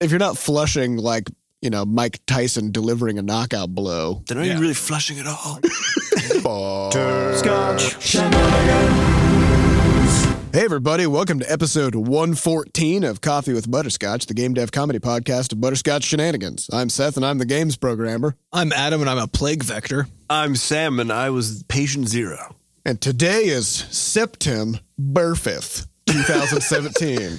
if you're not flushing like you know Mike Tyson delivering a knockout blow, They're not Yeah. even really flushing at all. Hey, everybody, welcome to episode 114 of Coffee with Butterscotch, the game dev comedy podcast of Butterscotch Shenanigans. I'm Seth, and I'm the games programmer. I'm Adam and I'm a plague vector. I'm Sam, and I was patient zero. And today is September 5th, 2017.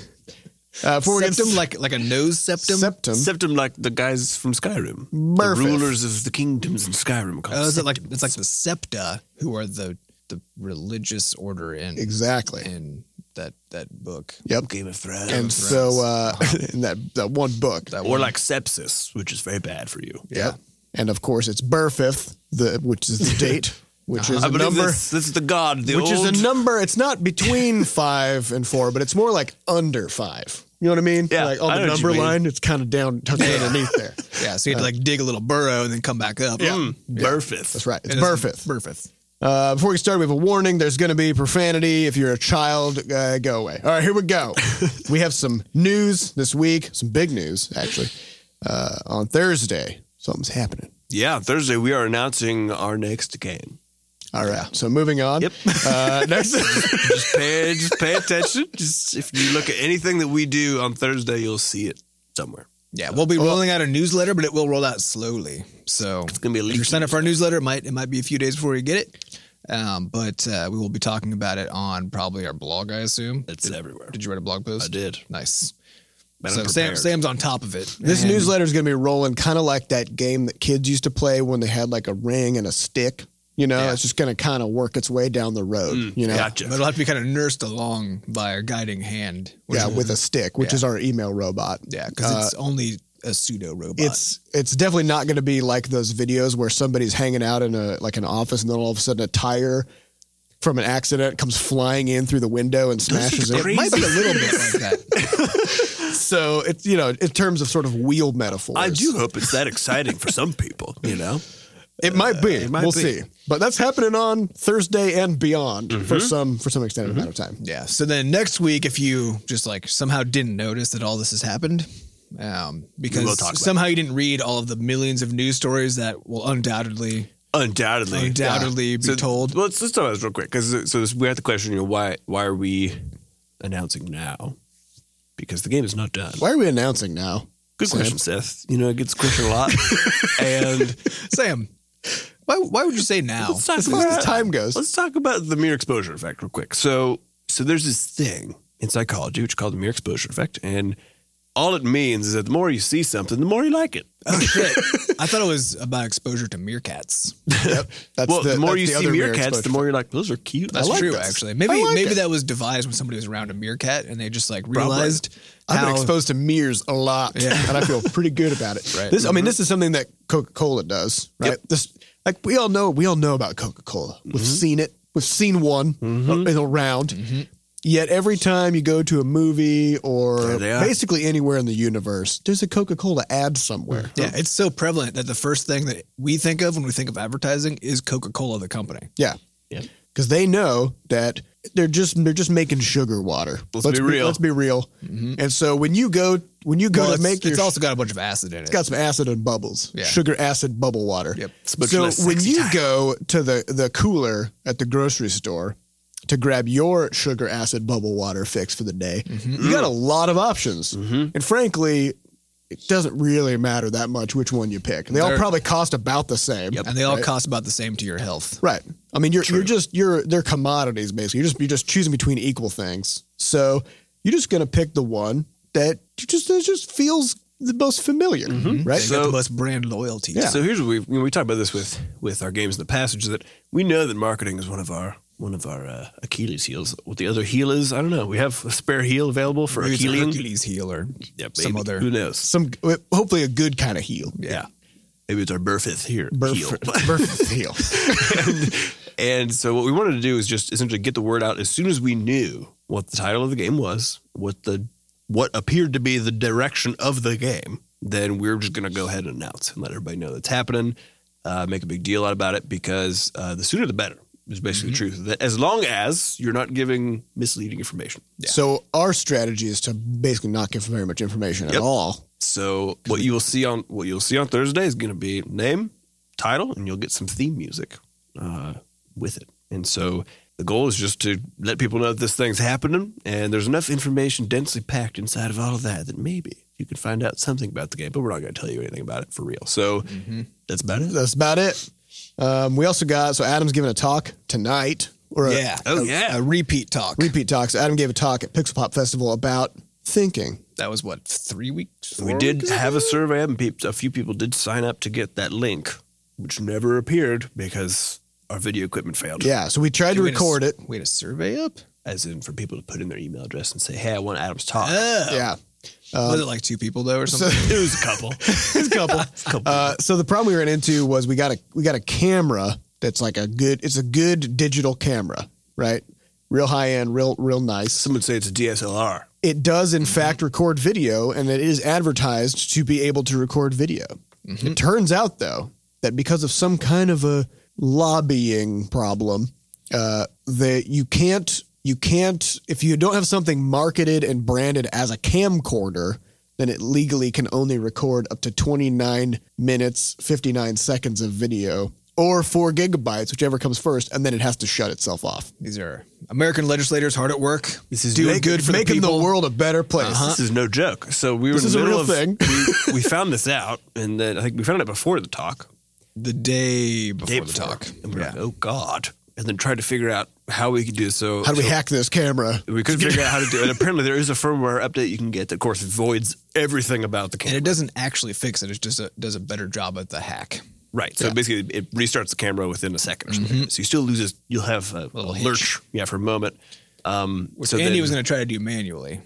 uh, before we get Septum, to- like like a nose septum. septum, Septum, like the guys from Skyrim, Murphy. the rulers of the kingdoms in Skyrim. Called Oh, Uh, is it like septums. it's like the septa who are the the religious order in exactly. in that that book. Yep. Game of Thrones, And so, uh, in that that one book, That or one. like sepsis, which is very bad for you. Yep. And of course, it's Burfifth, the which is the date, which is I a believe number, this, this is the god, the which old. is a number. It's not between five and four, but it's more like under five. You know what I mean? Yeah, Like on I the know what you number mean. line, it's kind of down, tucked underneath there. yeah, so you had to like dig a little burrow and then come back up. Mm, Berfith. That's right. It's And Burfifth. Burfith. Uh, before we start, we have a warning. There's going to be profanity. If you're a child, uh, go away. All right, here we go. we have some news this week, some big news, actually. Uh, on Thursday, something's happening. Yeah, Thursday we are announcing our next game. All right. So moving on. Yep. Uh, next. Just pay, just pay attention. Just if you look at anything that we do on Thursday, you'll see it somewhere. Yeah, we'll be rolling out a newsletter, but it will roll out slowly. So it's gonna be a if leaky you're signed up for our newsletter, it might it might be a few days before you get it. Um, but uh, we will be talking about it on probably our blog, I assume. It's everywhere. Did you write a blog post? I did. Nice. But I'm so Sam, prepared. Sam's on top of it. This And- newsletter is going to be rolling kind of like that game that kids used to play when they had like a ring and a stick. You know, Yeah. Mm, it's just going to kind of work its way down the road. you know, Mm, gotcha. But it'll have to be kind of nursed along by a guiding hand. which yeah, is- with a stick, which Yeah. is our email robot. yeah, because it's uh, only a pseudo robot. It's it's definitely not going to be like those videos where somebody's hanging out in a like an office and then all of a sudden a tire from an accident comes flying in through the window and smashes it it. might be a little bit like that. So it's you know in terms of sort of wheel metaphors. I do hope it's that exciting for some people, you know? It might be. Uh, it might we'll be. see. But that's happening on Thursday and beyond for Mm-hmm. some for some extended amount of time. Yeah. So then next week, if you just like somehow didn't notice that all this has happened, um, will because talk about somehow you didn't read all of the millions of news stories that will undoubtedly, Undoubtedly. undoubtedly be So- told. Well, let's, let's talk about this real quick. Because so this, we have the question, you know, why why are we announcing now? Because the game is not done. Why are we announcing now? Good Sam? question, Seth. You know, it gets questioned a lot. and Sam, why, why would you say now? Let's talk As about far as time goes. Let's talk about the mere exposure effect real quick. So, so there's this thing in psychology which is called the mere exposure effect, and all it means is that the more you see something, the more you like it. Oh shit! I thought it was about exposure to meerkats. Yep. That's well, the, more that's you see other mirror meerkats, the exposure. more you're like, those are cute. That's I like true, those. actually. Maybe I like maybe it. that was devised when somebody was around a meerkat and they just like realized I've been how- exposed to mirrors a lot, Yeah. and I feel pretty good about it. Right. This, Mm-hmm. I mean, this is something that Coca Cola does, right? This, like we all know, we all know about Coca Cola. Mm-hmm. We've seen it. We've seen one in a round. Yet every time you go to a movie or There they are. basically anywhere in the universe, there's a Coca Cola ad somewhere. Yeah, it's so prevalent that the first thing that we think of when we think of advertising is Coca Cola, the company. Yeah. Yep. Because they know that they're just they're just making sugar water. Let's be real. Mm-hmm. let's be real. And so when you go when you go Well, to it's, make your it's also got a bunch of acid in it. It's got some acid and bubbles. Yeah. Sugar, acid, bubble water. Yep. It's much So less when sexy you time. go to the, the cooler at the grocery store to grab your sugar, acid, bubble water fix for the day, Mm-hmm. you got a lot of options. And frankly, it doesn't really matter that much which one you pick. They all They're- probably cost about the same. and they all cost about the same to your health. Right. I mean, you're you're just you're they're commodities basically. You're just you're just choosing between equal things. So you're just gonna pick the one that you just that just feels the most familiar, right? They got So- the most brand loyalty. Yeah. So here's what we we talked about this with with our games in the passage that we know that marketing is one of our one of our uh, Achilles heels. What the other heel is, I don't know. We have a spare heel available for Maybe it's a Achilles. Hercules heel or Yeah, maybe. some other. Who knows? Some uh, hopefully a good kind of heel. Yeah. Maybe it's our Burfith here. heel. Burf, Burf heel. And so what we wanted to do is just essentially get the word out as soon as we knew what the title of the game was, what the what appeared to be the direction of the game. Then we are just going to go ahead and announce and let everybody know that's happening. Uh, make a big deal out about it because uh, the sooner the better is basically the truth. That as long as you're not giving misleading information. So our strategy is to basically not give very much information at Yep. all So what you will see on what you'll see on Thursday is going to be name, title, and you'll get some theme music uh, with it. And so the goal is just to let people know that this thing's happening, and there's enough information densely packed inside of all of that that maybe you can find out something about the game. But we're not going to tell you anything about it for real. So Mm-hmm. that's about it. That's about it. Um, we also got so Adam's giving a talk tonight or a yeah. Oh yeah, A repeat talk. repeat talk. So Adam gave a talk at Pixel Pop Festival about thinking. that was what three weeks. we four did weeks ago? have a survey, and peop a few people did sign up to get that link, which never appeared because our video equipment failed. Yeah, so we tried to Wait a record s- it. Wait, a survey up? as in for people to put in their email address and say, "Hey, I want Adam's talk." Oh. Yeah, Uh, was it like two people though, or so something? It was a couple. it's a couple. couple. Uh, so the problem we ran into was we got a we got a camera that's like a good it's a good digital camera, right? Real high end, real real nice. Some would say it's a DSLR. It does Mm-hmm. in fact record video, and it is advertised to be able to record video. Mm-hmm. It turns out though that because of some kind of a lobbying problem, uh, that you can't you can't if you don't have something marketed and branded as a camcorder, then it legally can only record up to 29 minutes 59 seconds of video or 4 gigabytes whichever comes first and then it has to shut itself off These are American legislators hard at work. This is doing make- good for the making the, people. world a better place This is no joke. So we were This Uh-huh. in is the a middle real of thing. we, we found this out, and then I think we found it before the talk. the day before Day the before. talk. And we're Yeah. like, oh god. And then tried to figure out how we could do so. how do we so hack this camera we couldn't figure out how to do it. Apparently, there is a firmware update you can get that, of course, voids everything about the And camera. it doesn't actually fix it. It just uh does a better job at the hack. Right. So basically, it restarts the camera within a second or something. So you still loses. You'll have a, Little a hitch. lurch, yeah, for a moment. Um, Which so Andy then- was going to try to do manually.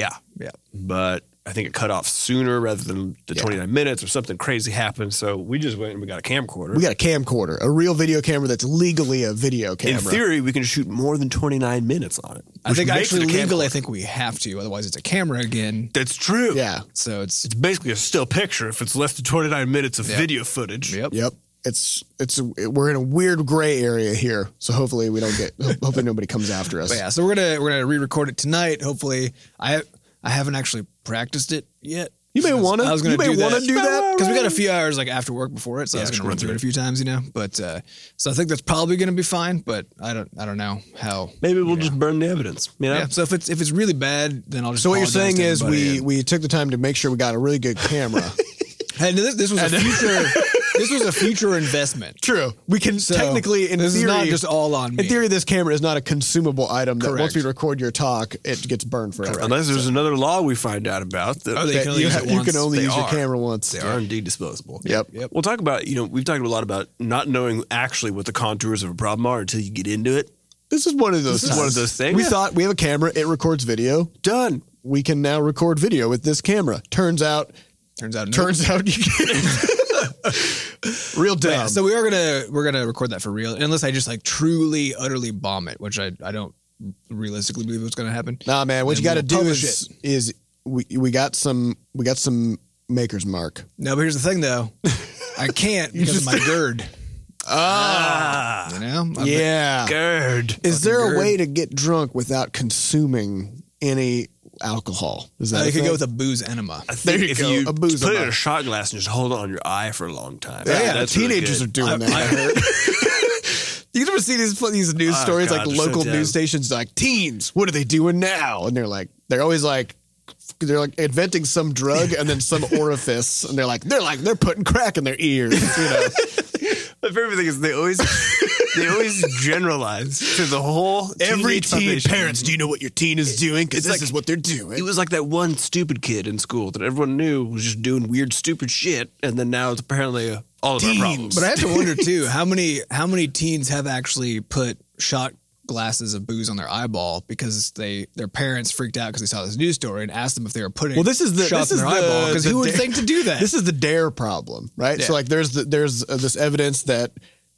yeah, Yeah. but I think it cut off sooner rather than the 29 minutes or something crazy happened. So we just went and we got a camcorder. we got a camcorder a real video camera that's legally a video In camera theory, we can shoot more than 29 minutes on it. I which think makes it actually a legal. I camcorder. think we have to. Otherwise, it's a camera again. That's true. yeah So it's It's basically a still picture if it's less than 29 minutes of Yeah. video footage. yep. Yep. It's it's we're in a weird gray area here, so hopefully we don't get. ho- hopefully nobody comes after us. But yeah, so we're gonna we're gonna re-record it tonight. Hopefully, I I haven't actually practiced it yet. You may I was- wanna- I was gonna you may do wanna that. do that. because we got a few hours like after work before it, so I was just gonna run run through through it a few times, you know. But uh, so I think that's probably gonna be fine. But I don't I don't know how. Maybe we'll just burn the evidence. You know? Yeah. So if it's if it's really bad, then I'll just. So what you're apologize saying to is we everybody we took the time to make sure we got a really good camera. and, and this, this was a future this was a future investment. True. We can So technically in this theory is not just all on me. in theory this camera is not a consumable item that Correct. once we record your talk it gets burned forever. Unless there's another law we find out about that, Oh, they That can only you, use ha- it you once. can only They use your are. camera once. they are indeed disposable. Yep. Yep. We'll talk about, you know, we've talked a lot about not knowing actually what the contours of a problem are until you get into it. This is one of those. This is one of those things. We Yeah. thought we have a camera. It records video. Done. We can now record video with this camera. Turns out, Turns out, no. turns out you can't. Real dumb. But yeah, so we are gonna we're gonna record that for real, unless I just like truly utterly bomb it, which I I don't realistically believe what's gonna happen. Nah, man. What Then you got to we'll do publish is is we we got some we got some maker's mark. No, but here's the thing though, I can't because of my gird. Ah. You know, I'm- yeah. Gerd. Is there a Fucking way to get drunk without consuming any alcohol? Is Uh, that I a could thing? go with a booze enema. I think There you if go, you a booze put it in amount. a shot glass and just hold it on your eye for a long time. Yeah, that's teenagers really are doing that. you ever see these these news Oh, stories God, like they're so local dumb. news stations like teens? What are they doing now? And they're like they're always like. They're like inventing some drug and then some orifice, and they're like they're like they're putting crack in their ears. You know, My favorite thing is they always they always generalize to the whole every teenage teen population. parents. Do you know what your teen is doing? Because it's this like- is what they're doing. It was like that one stupid kid in school that everyone knew was just doing weird, stupid shit, and then now it's apparently uh, all of Teens. our problems. But I have to wonder too how many how many teens have actually put shot glasses of booze on their eyeball because they their parents freaked out because they saw this news story and asked them if they were putting Well, this is the- shots this in is their the- eyeball because the who would da- think to do that? this is the dare problem, right? So like there's the, there's uh, this evidence that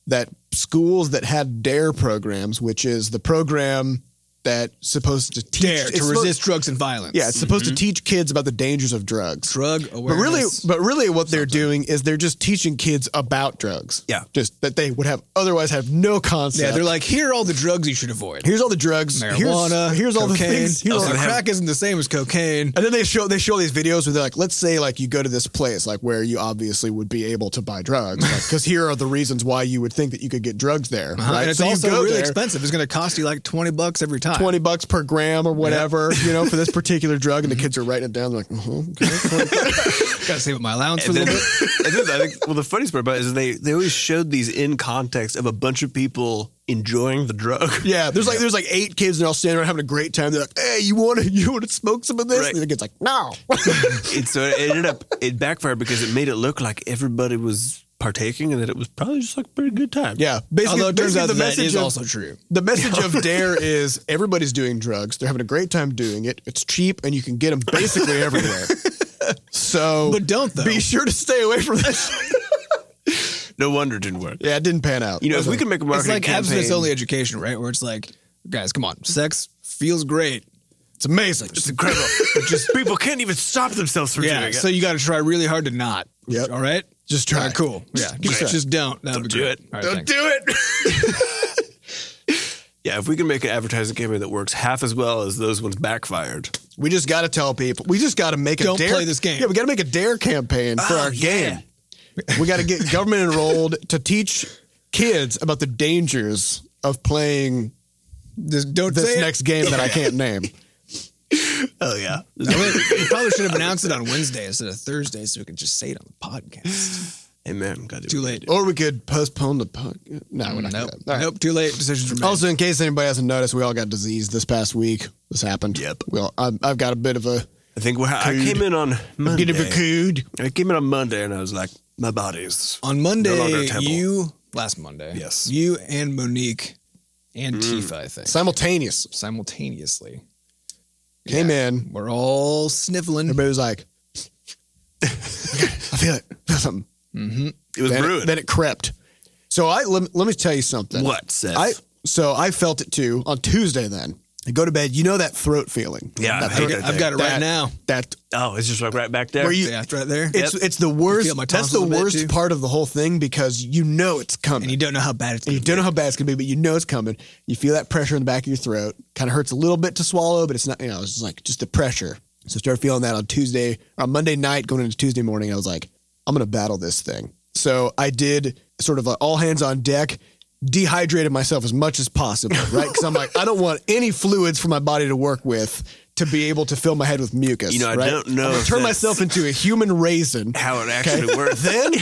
that schools that had dare programs, which is the program that's supposed to teach Dare it's to supposed- resist drugs and violence. yeah, it's supposed to teach kids about the dangers of drugs. drug But awareness. really, but really, what they're doing is they're just teaching kids about drugs. Yeah. just that they would have otherwise have no concept. yeah, they're like, here are all the drugs you should avoid. here's all the drugs, here's- Marijuana, here's, all the cocaine. things, here's all Also, the crack crack. isn't the same as cocaine. And then they show they show these videos where they're like, let's say like you go to this place like where you obviously would be able to buy drugs because here are the reasons why you would think that you could get drugs there. Uh-huh. Right? And it's So you also go really there, expensive. It's going to cost you like 20 bucks every time. 20 bucks per gram or whatever, you know, for this particular drug. Mm-hmm. And the kids are writing it down. They're like, "Mhm, okay." Got to save up my allowance for a And then, little bit. and then I think, well, the funniest part about it is they, they always showed these in context of a bunch of people enjoying the drug. yeah, there's like, there's like eight kids and they're all standing around having a great time. They're like, hey, you want to, you want to smoke some of this? Right. And the kid's like, no. And so it ended up, it backfired because it made it look like everybody was partaking and that it was probably just like a pretty good time. yeah. Basically, Although it turns basically out the that, that message is of, also true. the message of dare is everybody's doing drugs. They're having a great time doing it. It's cheap and you can get them basically everywhere. So, But don't, though. be sure to stay away from this. No wonder it didn't work. yeah, it didn't pan out. You know, if we could make a It's marketing like campaign, abstinence only education, right? Where it's like, guys, come on, sex feels great. it's amazing. it's incredible. just people can't even stop themselves from Yeah, doing so it. you got to try really hard to not. Yep. All right. Just try. All right, cool. Yeah. Just Just, try. just don't. That would be do it. great. All right, Don't thanks. do it. Yeah, if we can make an advertising campaign that works half as well as those ones backfired. We just got to tell people. We just got to make a Don't dare. play this game. Yeah, we got to make a dare campaign for Ah, Oh, our yeah. game. We got to get government enrolled to teach kids about the dangers of playing Just don't this say it. next game that I can't name. Oh yeah. I really- we probably should have announced it on Wednesday instead of Thursday, so we could just say it on the podcast. Amen. God, Too late. Or we could postpone the punk. No, we're not. nope. gonna- Oh, all right. Nope. Too late. Decisions are made. Also, in case anybody hasn't noticed, we all got diseased this past week. This happened. Yep. Well, I'm, I've got a bit of a I think we're, I Cood. came in on Monday. bit of a cood. I came in on Monday and I was like, my body's on Monday, No longer a temple. you last Monday, Yes. you and Monique and Mm. Tifa, I think, simultaneous simultaneously. came in. We're all sniffling. Everybody was like, "I feel it. I feel something." hmm It was then brewing. It, then it crept. So I let, me- let me tell you something. what, Seth? I so I felt it too on Tuesday. Then I go to bed. You know that throat feeling. Yeah, that I hate throat- that I've got it right That- now. That oh, it's just like right back there. Were you- Yeah, it's right there. it's it's the worst. feel my That's the tonsils a bit, too? worst part of the whole thing because you know it's coming. and you don't know how bad it's And going you don't know how bad it's gonna be, but you know it's coming. You feel that pressure in the back of your throat. Kind of hurts a little bit to swallow, but it's not. You know, it's just like just the pressure. So start feeling that on Tuesday, on Monday night, going into Tuesday morning. I was like, I'm gonna battle this thing. So I did sort of a all hands on deck, dehydrated myself as much as possible, right? Because I'm like, I don't want any fluids for my body to work with to be able to fill my head with mucus. You know, I right? don't know I'm gonna if turn that's- myself into a human raisin how it actually works. then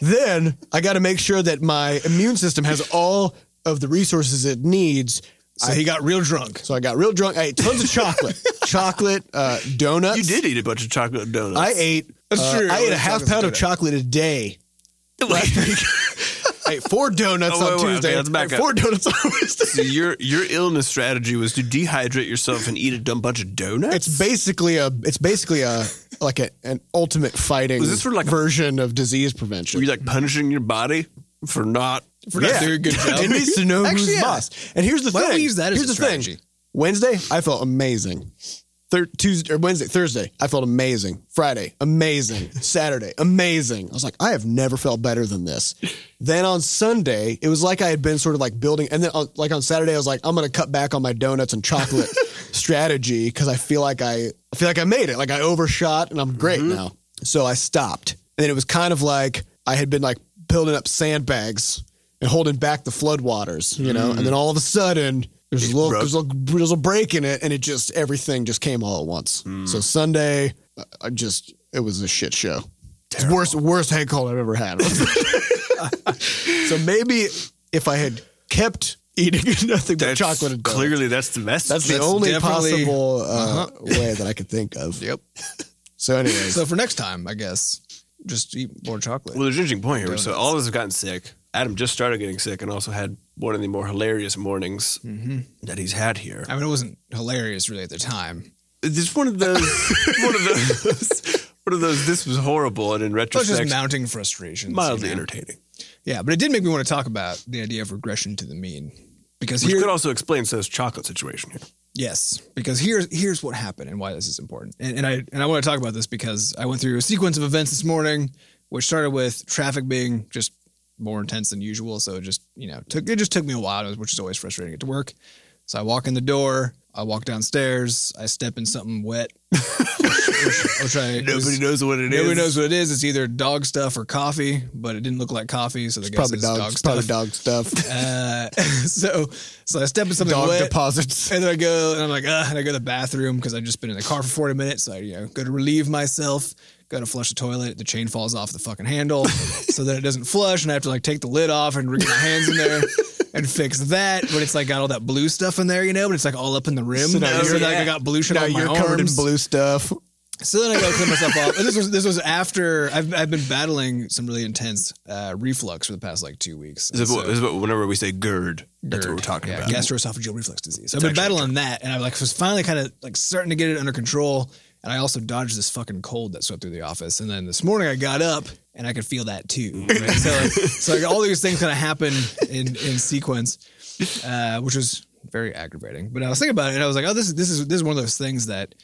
then I got to make sure that my immune system has all of the resources it needs. So he got real drunk. So I got real drunk. I ate tons of chocolate, chocolate, uh, donuts. You did eat a bunch of chocolate donuts. I ate. That's uh, true. I ate a Chocolate half pound of donut. chocolate a day. Last week. I ate four donuts Oh, on wait, wait, Tuesday. okay, let's I back ate up. Four donuts on Wednesday. So your your illness strategy was to dehydrate yourself and eat a dumb bunch of donuts. It's basically a. It's basically a like a, an ultimate fighting Was this for like a- version of disease Were prevention. you like punishing your body for not? For not doing a good job. it needs to know Actually, who's yeah. boss. And here's the Why thing. don't we use that as here's a the thing. strategy? Wednesday, I felt amazing. Thir- Tuesday or Wednesday, Thursday, I felt amazing. Friday, amazing. Saturday, amazing. I was like, I have never felt better than this. Then on Sunday, it was like I had been sort of like building, and then on, like on Saturday, I was like, I'm gonna cut back on my donuts and chocolate strategy because I feel like I, I feel like I made it. Like I overshot, and I'm great now. So I stopped, and then it was kind of like I had been like building up sandbags and holding back the floodwaters, you know, and then all of a sudden. There's a little, broke. there's a little, there's a break in it, and it just everything just came all at once. So Sunday, I- I just it was a shit show. It's worst worst head cold I've ever had. so maybe if I had kept eating nothing but That's- chocolate and donuts, Clearly, that's the message. that's, the that's only definitely- possible uh, way that I could think of. Yep. So, anyways, So for next time, I guess, just eat more chocolate. well, there's an interesting point here. So Donuts. all of us have gotten sick. Adam just started getting sick and also had one of the more hilarious mornings Mm-hmm. that he's had here. I mean, it wasn't hilarious really at the time. It's one of those, one of those, one of those. This was horrible, and in It was just retrospect, mounting frustrations. you mildly know? entertaining. Yeah, but it did make me want to talk about the idea of regression to the mean because Which here, could also explain Seth's chocolate situation here. Yes, because here's here's what happened and why this is important. And, and I and I want to talk about this because I went through a sequence of events this morning, which started with traffic being just more intense than usual. So it just you know took it just took me a while, which is always frustrating to get to work. So I walk in the door, I walk downstairs, I step in something wet. which I, it was- Nobody knows what it is. Nobody knows what it is. It's either dog stuff or coffee, but it didn't look like coffee, so the guess Probably it's dog, dog it's stuff. probably dog stuff. Uh, so, so I step in something dog wet, deposits. and then I go and I'm like, uh, and I go to the bathroom because I've just been in the car for 40 minutes. So I, you know, go to relieve myself, go to flush the toilet. The chain falls off the fucking handle, so that it doesn't flush, and I have to like take the lid off and get my hands in there. And fix that, but it's like got all that blue stuff in there, you know. But it's like all up in the rim. So, now like you're- I got blue shit Now on my you're covered in arms. blue stuff. So then I go clean myself off. And this was this was after I've I've been battling some really intense uh, reflux for the past like two weeks. This is, And what, so- this is what- whenever we say GERD, that's what GERD. we're talking yeah, about. gastroesophageal reflux disease. So I've been actually battling that, and I like was finally kind of like starting to get it under control. And I also dodged this fucking cold that swept through the office. And then this morning I got up and I could feel that too. right? so like, so like all these things kind of happen in in sequence, uh, which was very aggravating. But I was thinking about it, and I was like, oh, this is this is this is one of those things that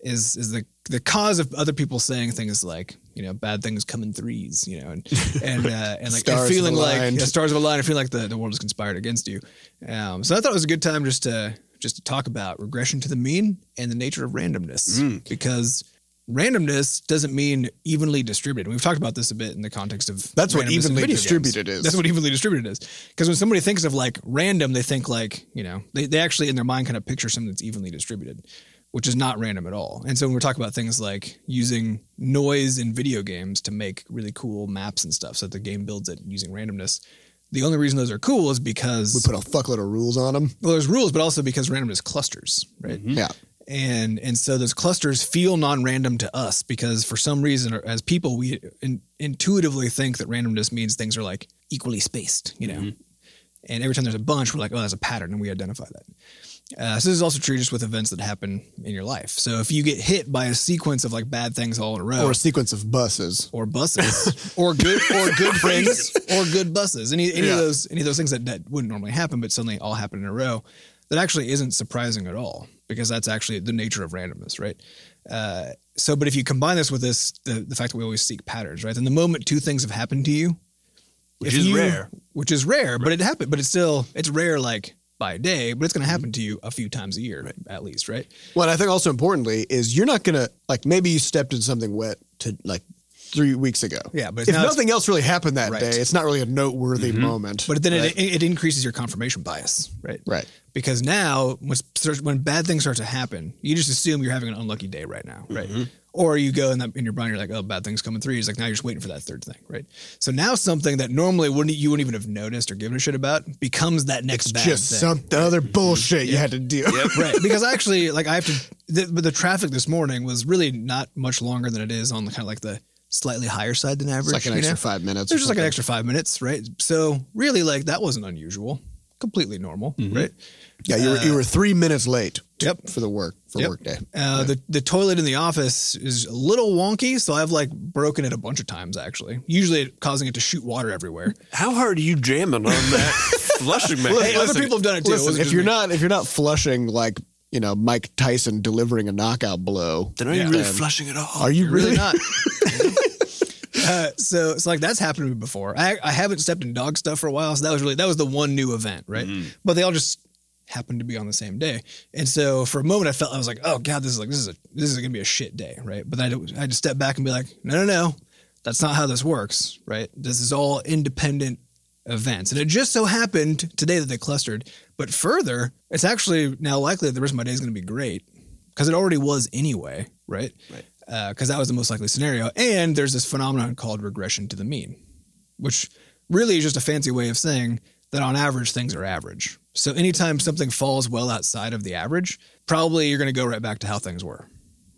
is is the the cause of other people saying things like you know bad things come in threes you know and and uh, and like and Stars feeling like aligned. yeah, stars of a line I feel like the, the world is conspired against you um, so I thought it was a good time just to just to talk about regression to the mean and the nature of randomness Mm. because randomness doesn't mean evenly distributed we've talked about this a bit in the context of That's what randomness in evenly video games. distributed is. that's what evenly distributed is because when somebody thinks of like random they think like you know they, they actually in their mind kind of picture something that's evenly distributed which is not random at all. And so when we're talking about things like using noise in video games to make really cool maps and stuff, so that the game builds it using randomness. The only reason those are cool is We because put a fuckload of rules on them. well, there's rules, but also because randomness clusters, right? Yeah. and and so those clusters feel non-random to us because for some reason or as people we in, intuitively think that randomness means things are like equally spaced you know Mm-hmm. and every time there's a bunch we're like oh that's a pattern and we identify that uh, so this is also true just with events that happen in your life so if you get hit by a sequence of like bad things all in a row Or a sequence of buses. or buses or good or good friends or good buses any any Yeah. of those any of those things that, that wouldn't normally happen but suddenly all happen in a row that actually isn't surprising at all because that's actually the nature of randomness right uh, so but if you combine this with this the, the fact that we always seek patterns right then the moment two things have happened to you Which if is you- rare. which is rare but it happened but it's still it's rare like by day but it's going to happen to you a few times a year at least right Well, and I think also importantly is you're not gonna like maybe you stepped in something wet to like three weeks ago. yeah but it's If not, nothing else really happened that Right. Mm-hmm. day, it's not really a noteworthy moment. but then right? it, it increases your confirmation bias right right. because now when, when bad things start to happen, you just assume you're having an unlucky day right now, right? Mm-hmm. Or you go in that in your brain, you're like, oh, bad things coming through. It's like now you're just waiting for that third thing, right? So now something that normally wouldn't you wouldn't even have noticed or given a shit about becomes that next It's bad just thing. some the other bullshit you had to deal. right because I actually like i have to the, but the traffic this morning was really not much longer than it is on the kind of like the slightly higher side than average It's like an you extra know? five minutes. or It was just like an something. extra five minutes right so really like that wasn't unusual completely normal Mm-hmm. right Yeah, you were, you were three minutes late. Yep. For the work for Yep. work day. Uh, the the toilet in the office is a little wonky, so I've like broken it a bunch of times actually. Usually, it, causing it to shoot water everywhere. How hard are you jamming on that flushing man? Hey, other people have done it too. It Listen, wasn't if just you're me. not if you're not flushing like you know Mike Tyson delivering a knockout blow, Then are Yeah. you really Um, flushing at all? are you You're really? really not. uh, so it's like that's happened to me before. I I haven't stepped in dog stuff for a while, so that was really that was the one new event, right? But they all just happened to be on the same day, and so for a moment I felt I was like, oh god, this is like this is a this is gonna be a shit day, right? But then I had to- I had to step back and be like, no, no, no, that's not how this works, right? This is all independent events. And it just so happened today that they clustered. But further, it's actually now likely that the rest of my day is going to be great because it already was anyway, right? Right. Because that was the most likely scenario. And there's this phenomenon called regression to the mean, which really is just a fancy way of saying that on average, things are average. So anytime something falls well outside of the average, probably you're going to go right back to how things were,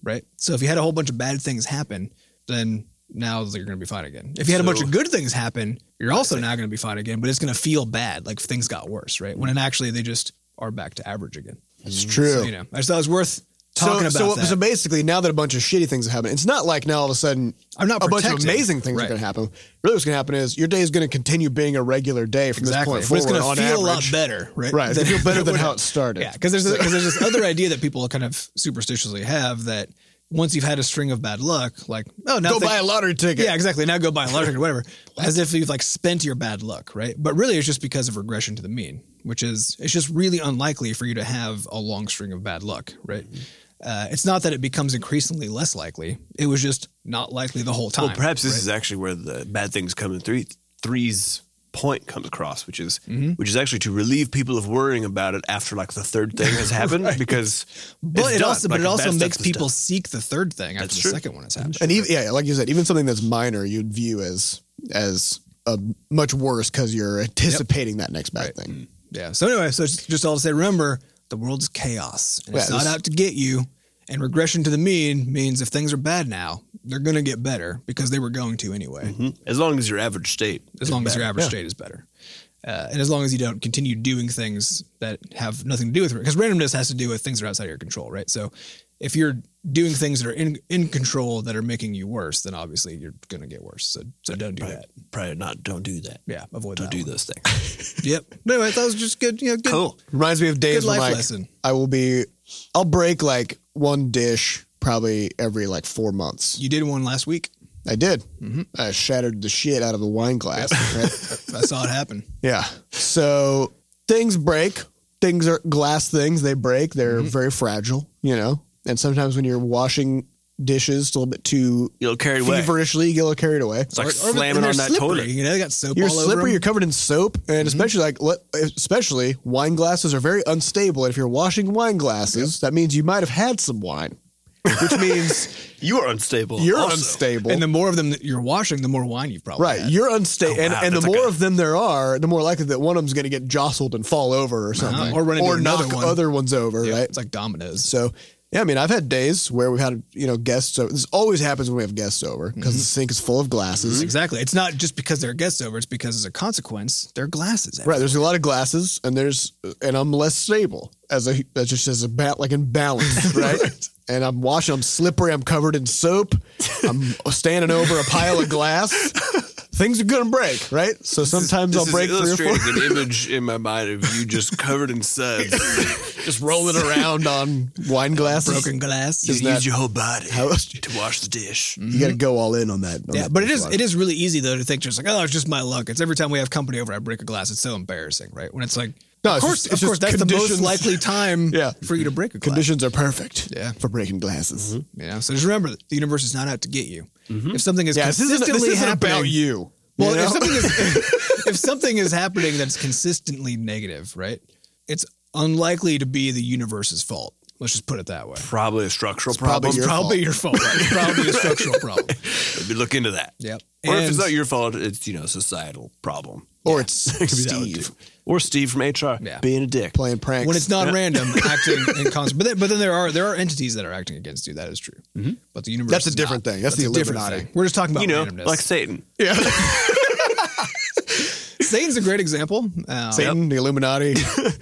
right? So if you had a whole bunch of bad things happen, then now you're going to be fine again. If you had a So- bunch of good things happen, you're also now going to be fine again, but it's going to feel bad, like things got worse, right? When in actually they just are back to average again. It's true. So, you know, I just thought it was worth talking so, about so, that. so basically, now that a bunch of shitty things have happened, it's not like now all of a sudden I'm not a bunch of protecting. amazing things Right. are going to happen. Really, what's going to happen is your day is going to continue being a regular day from Exactly. this But point it's forward. going on to feel a lot average. better, right? Right. They Than- feel better than what- how it started. Yeah, because there's because there's this other idea that people kind of superstitiously have that once you've had a string of bad luck, like oh now Go thi- buy a lottery ticket. yeah exactly now go buy a lottery or whatever, as if you've like spent your bad luck, right? But really, it's just because of regression to the mean, which is it's just really unlikely for you to have a long string of bad luck, right? Mm-hmm. Uh, it's not that it becomes increasingly less likely; it was just not likely the whole time. Well, perhaps this is actually where the bad things come in three threes point comes across, which is Mm-hmm. which is actually to relieve people of worrying about it after like the third thing has happened because but it's it done. also Like, but it the also bad makes stuff is people done. seek the third thing after That's the true. second one has happened. And even yeah, like you said, even something that's minor, you'd view as as a much worse because you're anticipating that next bad thing. Mm. Yeah. So anyway, so it's just all to say, remember the world's chaos, and it's Yeah, not this- out to get you. And regression to the mean means if things are bad now, they're going to get better because they were going to anyway. Mm-hmm. Mm-hmm. as long as your average state, As long as your average state is better, uh, and as long as you don't continue doing things that have nothing to do with it, because randomness has to do with things that are outside of your control, right? So if you're doing things that are in in control that are making you worse, then obviously you're going to get worse. So so don't do that. probably not. Don't do that. Yeah, avoid Don't that. do those things. that. Yep. Anyway, that was just good. You know, good. cool. Reminds me of days Good when life like lesson. I will be, I'll break like one dish probably every like four months. You did one last week. I did. I shattered the shit out of a wine glass. Right? I saw it happen. yeah. So things break. Things are glass things. They break. They're very fragile. You know. And sometimes when you're washing dishes it's a little bit too You'll carry away. feverishly, you get carried away. It's like Or- or slamming they're on that slippery, toilet. You know, they got soap You're all over slippery. them. You're covered in soap, and especially like let, especially wine glasses are very unstable. And if you're washing wine glasses, that means you might have had some wine, which means You are unstable. you're also. unstable. and the more of them that you're washing, the more wine you've probably right, had. you're unstable, Oh, and, wow, and the that's like more a- of them there are, the more likely that one of them's going to get jostled and fall over or something, Or run into another knock one. other ones over. Yeah, Right, It's like dominoes. So, yeah, I mean, I've had days where we've had, you know, guests over. This always happens when we have guests over because the sink is full of glasses. Exactly. It's not just because they're guests over. It's because as a consequence, they're glasses. Right. There's a lot of glasses, and there's, and I'm less stable as a, that just as a bat, like imbalance, right? And I'm washing, I'm slippery, I'm covered in soap, I'm standing over a pile of glass. Things are gonna break, right? So sometimes This I'll break is three or four. illustrating an image in my mind of you just covered in suds. Just rolling around on wine glasses. Broken glass. you that- use your whole body How else Mm-hmm. do to wash the dish. You gotta go all in on that. on Mm-hmm. Yeah, that but it is dishwasher. it is really easy though to think just like oh it's just my luck. It's every time we have company over I break a glass. It's so embarrassing, right? When it's like No, of it's course just- it's of course just that's the most conditions. likely time Yeah. for you to break a glass. Conditions are perfect Yeah. Mm-hmm. for breaking glasses. You know? So just remember that the universe is not out to get you. If something is Mm-hmm. Yeah, this isn't, consistently this isn't happening, about you. Well, you know? if something is if something is happening that's consistently negative, right? It's unlikely to be the universe's fault. Let's just put it that way. Probably a structural probably problem. your fault. probably your fault. right? It's probably a structural problem. Maybe look into that. Yep. Or if And- it's not your fault, it's you know a societal problem. or it's It could be that one, Steve too. or Steve from HR Yeah. being a dick. playing pranks. when it's not random acting in concert. But then, but then there are there are entities that are acting against you. That is true. But the universe Mm-hmm. That's a is different not. thing. That's the Illuminati. We're just talking about you know, randomness. like Satan. yeah, Satan's a great example. Um, Satan, the Illuminati,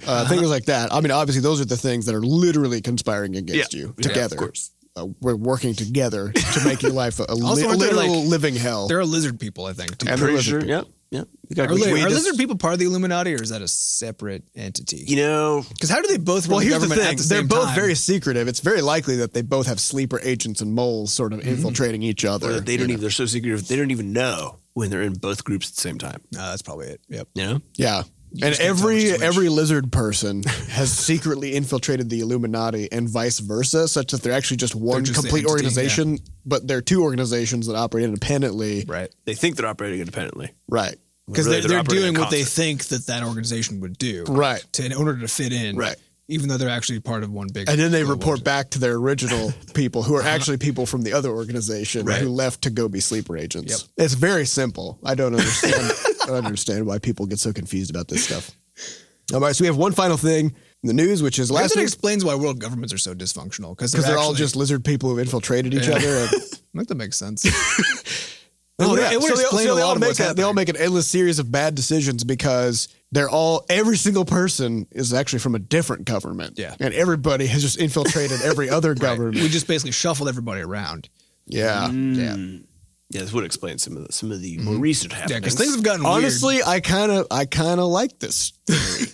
uh, things like that. I mean, obviously, those are the things that are literally conspiring against Yeah. you Yeah, of together. course. Uh, we're working together to make your life a, a Also, li- aren't they literal like- living hell. There are lizard people, I think. Too. And- Pretty lizard sure. people. Yep. Yep. You got are li- we are just- lizard people part of the Illuminati, or is that a separate entity? You know, Because how do they both run Well, the here's the government thing: at the they're same both time? very secretive. It's very likely that they both have sleeper agents and moles sort of Mm-hmm. infiltrating each or other. that they don't even. They're so secretive. They don't even know when they're in both groups at the same time. No, that's probably it. Yep. You know. Yeah. And just can't tell which every is which. every lizard person has secretly infiltrated the Illuminati and vice versa, such that they're actually just one just the complete entity, organization, but they're two organizations that operate independently. Right. They think they're operating independently. Right. Because Really, they're, they're they're operating doing in what they concert. think that that organization would do. Right. To, in order to fit in. Right. Even though they're actually part of one big. And then they global- report back to their original people who are actually people from the other organization who left to go be sleeper agents. It's very simple. I don't understand I don't understand why people get so confused about this stuff. All right, so we have one final thing in the news, which is Maybe last that week explains why world governments are so dysfunctional. Because because they're all actually- just lizard people who've infiltrated each Yeah. other. and- I think that makes sense. Oh, would- yeah. it would so they, explain so a they lot all of make what's a, they all happening. make an endless series of bad decisions because they're all every single person is actually from a different government. Yeah. And everybody has just infiltrated every other government. We just basically shuffled everybody around. ah, Yeah. Yeah. Yeah, this would explain some of the, some of the more recent happenings. Mm-hmm. Yeah, because things have gotten Honestly, I kind of I kind of like this. theory.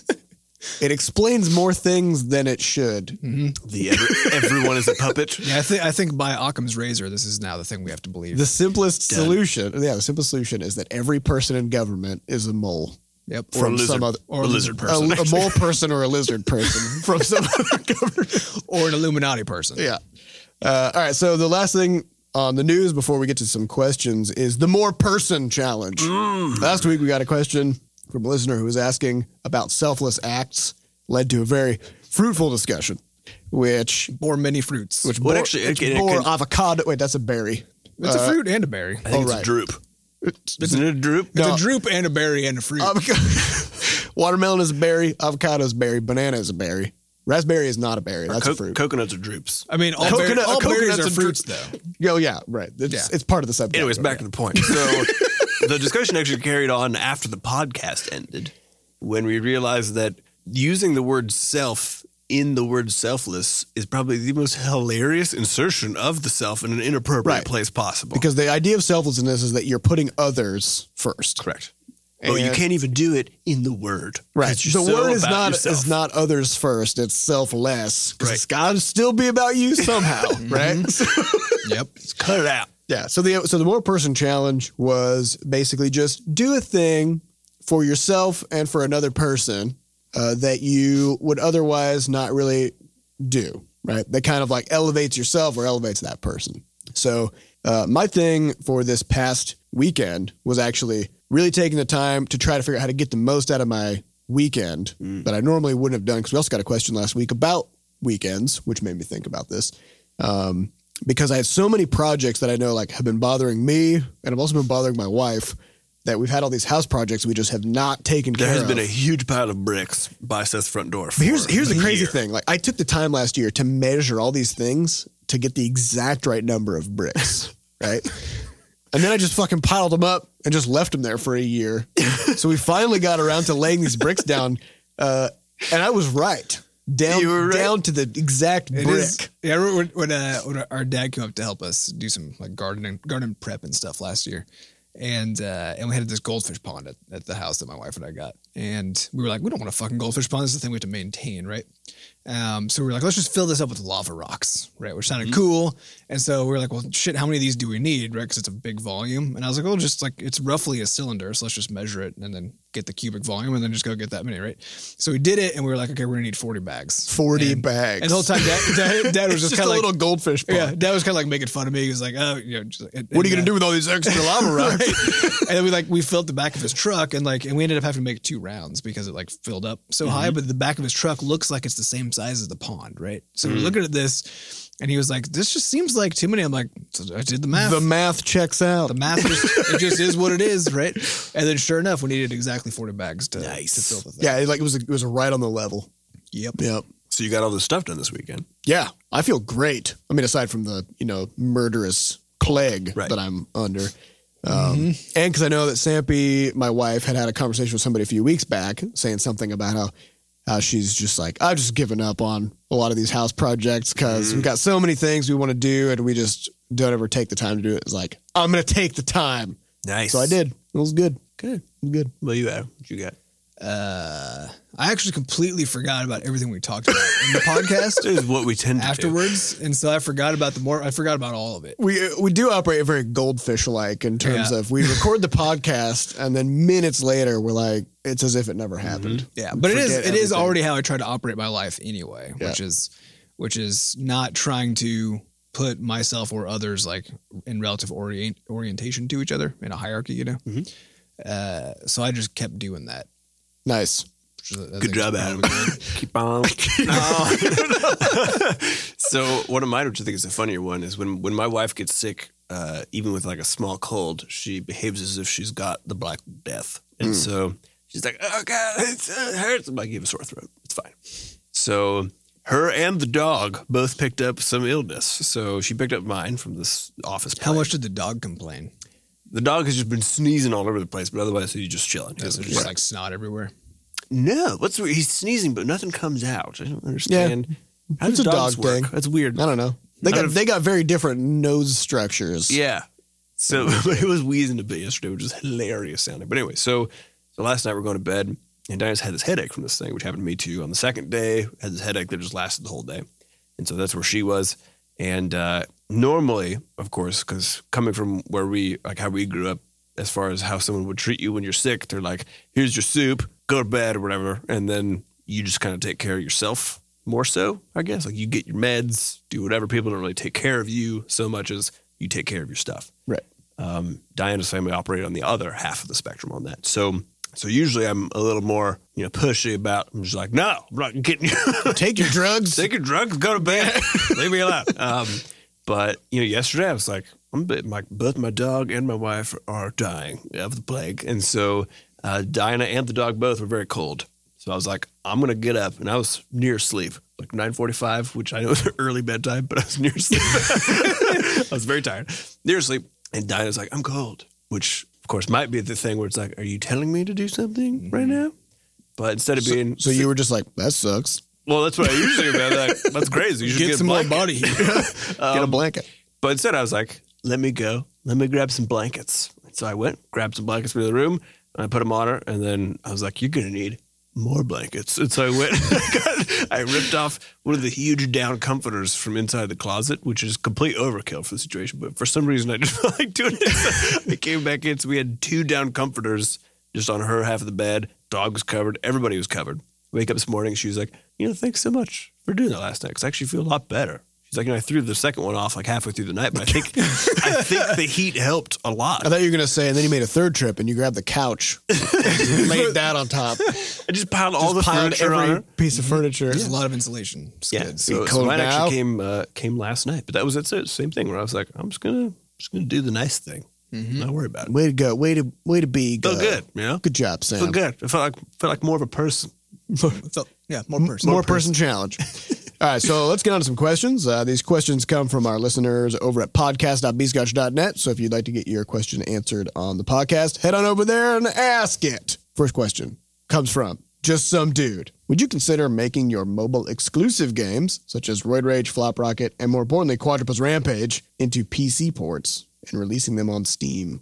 it explains more things than it should. the every- everyone is a puppet. weird. Yeah, I think I think by Occam's razor, this is now the thing we have to believe. The simplest Done. solution, yeah, the simplest solution is that every person in government is a mole yep. Or a from lizard, some other or a lizard a, person. a mole person or a lizard person from some other government. Or an Illuminati person. Yeah. Uh, all right. So the last thing on the news before we get to some questions is the more person challenge. Mm. Last week we got a question from a listener who was asking about selfless acts, led to a very fruitful discussion, which Or many fruits. which Well, bore, actually, it which can- it bore can- avocado. Wait, that's a berry. it's uh, a fruit and a berry. I think it's right. a droop. Isn't it a droop? It's No. Um, a droop and a berry and a fruit. Avoca- Watermelon is a berry. Avocado is a berry. Banana is a berry. Raspberry is not a berry. That's Co- a fruit. Coconuts are droops. I mean, all, Coconut- berry- all a coconut's berries a are dru- fruits, though. Yo, Oh, yeah, right. It's, Yeah. it's part of the subject. Anyways, back to the point. So the discussion actually carried on after the podcast ended when we realized that using the word self in the word selfless is probably the most hilarious insertion of the self in an inappropriate Right. place possible. Because the idea of selflessness is that you're putting others first. Correct. But you And- can't even do it in the word. 'cause Right. you're The so word is about not yourself. is not others first. It's selfless. 'Cause Right. It's got to still be about you somehow, right? So, Yep. Just Mm-hmm. cut it out. yeah. So the so the more person challenge was basically just do a thing for yourself and for another person uh, that you would otherwise not really do. Right. That kind of like elevates yourself or elevates that person. So uh, my thing for this past weekend was actually really taking the time to try to figure out how to get the most out of my weekend Mm. that I normally wouldn't have done because we also got a question last week about weekends, which made me think about this. Um, because I had so many projects that I know like have been bothering me and I've also been bothering my wife that we've had all these house projects we just have not taken There care has of. been a huge pile of bricks by Seth's front door. But here's for here's a the crazy year. thing. Like I took the time last year to measure all these things to get the exact right number of bricks, right? And then I just fucking piled them up and just left them there for a year. so we finally got around to laying these bricks down, uh, and I was right. Down, You were right. down to the exact It brick. is- Yeah, I remember when, when, uh, when our dad came up to help us do some like gardening, garden prep and stuff last year, and uh, and we had this goldfish pond at, at the house that my wife and I got, and we were like, we don't want a fucking goldfish pond. This is the thing we have to maintain, right? Um, so we were like, let's just fill this up with lava rocks, right? Which sounded Mm-hmm. cool, and so we were like, well, shit, how many of these do we need, right? Because it's a big volume, and I was like, oh, just like it's roughly a cylinder, so let's just measure it and then get the cubic volume, and then just go get that many, right? So we did it, and we were like, okay, we're gonna need forty bags, Forty And- bags. and the whole time, dad, dad, dad was It's just just kind a of like, little goldfish pond. yeah, dad was kind of like making fun of me. He was like, oh, you know, just, uh, What are you gonna do with all these extra lava rocks? and then we like we filled the back of his truck, and like, and we ended up having to make two rounds because it like filled up so Mm-hmm. high. But the back of his truck looks like it's the same size as the pond, right? So Mm. we're looking at this, and he was like, "This just seems like too many." I'm like, "I did the math. The math checks out. The math just it just is what it is, right?" And then sure enough, we needed exactly forty bags to, to Nice. fill the thing. yeah, it, like it was it was right on the level. Yep. Yep. So you got all this stuff done this weekend. Yeah, I feel great. I mean, aside from the you know murderous plague Right. Mm-hmm. that I'm under, um, and because I know that Sampy, my wife, had had a conversation with somebody a few weeks back, saying something about how how she's just like I've just given up on a lot of these house projects because Mm-hmm. we've got so many things we want to do and we just don't ever take the time to do it. It's like I'm gonna take the time, Nice. so I did. It was good. Good. It was good. Well, you Adam, what you got? Uh, I actually completely forgot about everything we talked about in the podcast. This is what we tend to do. afterwards, and so I forgot about the more. I forgot about all of it. we uh, we do operate very goldfish like in terms Yeah. of we record the podcast and then minutes later we're like it's as if it never Mm-hmm. happened. Yeah, but it is Forget it is everything. already how I try to operate my life anyway, which is which is not trying to put myself or others like in relative orient orientation to each other in a hierarchy, you know. Mm-hmm. Uh, so I just kept doing that. Nice. which is- I think Good is job, Adam. probably- Keep on. so one of mine, which I think is a funnier one, is when when my wife gets sick, uh, even with like a small cold, she behaves as if she's got the Black Death, and so she's like, "Oh God, it's, it hurts." I'm like, "You have a sore throat. It's fine." So her and the dog both picked up some illness. So she picked up mine from this office. How plant. much did the dog complain? The dog has just been sneezing all over the place, but otherwise he's just chilling. He Is doesn't it just just like snot everywhere? No, what's weird? He's sneezing, but nothing comes out. I don't understand. How It's does a dogs dog work? thing. That's weird. I don't know. They Not got if- they got very different nose structures. Yeah. So but it was wheezing a bit yesterday, which is hilarious sounding. But anyway, so so last night we're going to bed, and Diane's had this headache from this thing, which happened to me too. On the second day, had this headache that just lasted the whole day, and so that's where she was. And uh, normally, of course, because coming from where we like how we grew up, as far as how someone would treat you when you're sick, they're like, "Here's your soup, go to bed or whatever," and then you just kind of take care of yourself more so, I guess. Like you get your meds, do whatever. People don't really take care of you so much as you take care of your stuff. Right. Um, Diana's family operated on the other half of the spectrum on that. So, so usually I'm a little more, you know, pushy about. I'm just like, no, I'm not getting you. Take your drugs. Take your drugs, go to bed, leave me alone. Um, but you know, yesterday I was like, I'm a bit, my both my dog and my wife are dying of the plague, and so uh, Diana and the dog both were very cold. So I was like, I'm gonna get up, and I was near sleep, like 9:45, which I know is early bedtime, but I was near sleep. I was very tired, near sleep, and Diana's like, I'm cold, which of course might be the thing where it's like, are you telling me to do something right now? But instead of being Mm-hmm. so you were just like, that sucks. well, that's what I usually do. Like, that's crazy. You should Get, get, some a more blanket. body heat. Get a Um, blanket. But instead, I was like, let me go. Let me grab some blankets. So I went, grabbed some blankets from the room, and I put them on her. And then I was like, you're going to need more blankets. And so I went, I ripped off one of the huge down comforters from inside the closet, which is complete overkill for the situation. But for some reason, I just felt like doing it. So I came back in. So we had two down comforters just on her half of the bed. Dog was covered. Everybody was covered. Wake up this morning. She was like, you know, thanks so much for doing that last night because I actually feel a lot better. She's like, you know, I threw the second one off like halfway through the night, but I think I think the heat helped a lot. I thought you were gonna say, and then you made a third trip, and you grabbed the couch, laid that on top, I just piled all the piled furniture on every her. Mm-hmm. piece of furniture. There's a lot of insulation. It's Yeah, good. so, It so cold mine now. actually came uh, came last night, but that was that's it. Same thing where I was like, I'm just gonna just gonna do the nice thing, not worry about it. Way to go. Way to way to be. Feel Go. Mm-hmm. good, you know. Good job, Sam. Feel good. I felt like felt like more of a person. So, yeah, more person. More, person, challenge. All right, so let's get on to some questions. Uh, these questions come from our listeners over at podcast.bscotch.net. So if you'd like to get your question answered on the podcast, head on over there and ask it. First question comes from just some dude. Would you consider making your mobile exclusive games, such as Roid Rage, Flop Rocket, and more importantly, Quadrupus Rampage, into PC ports and releasing them on Steam?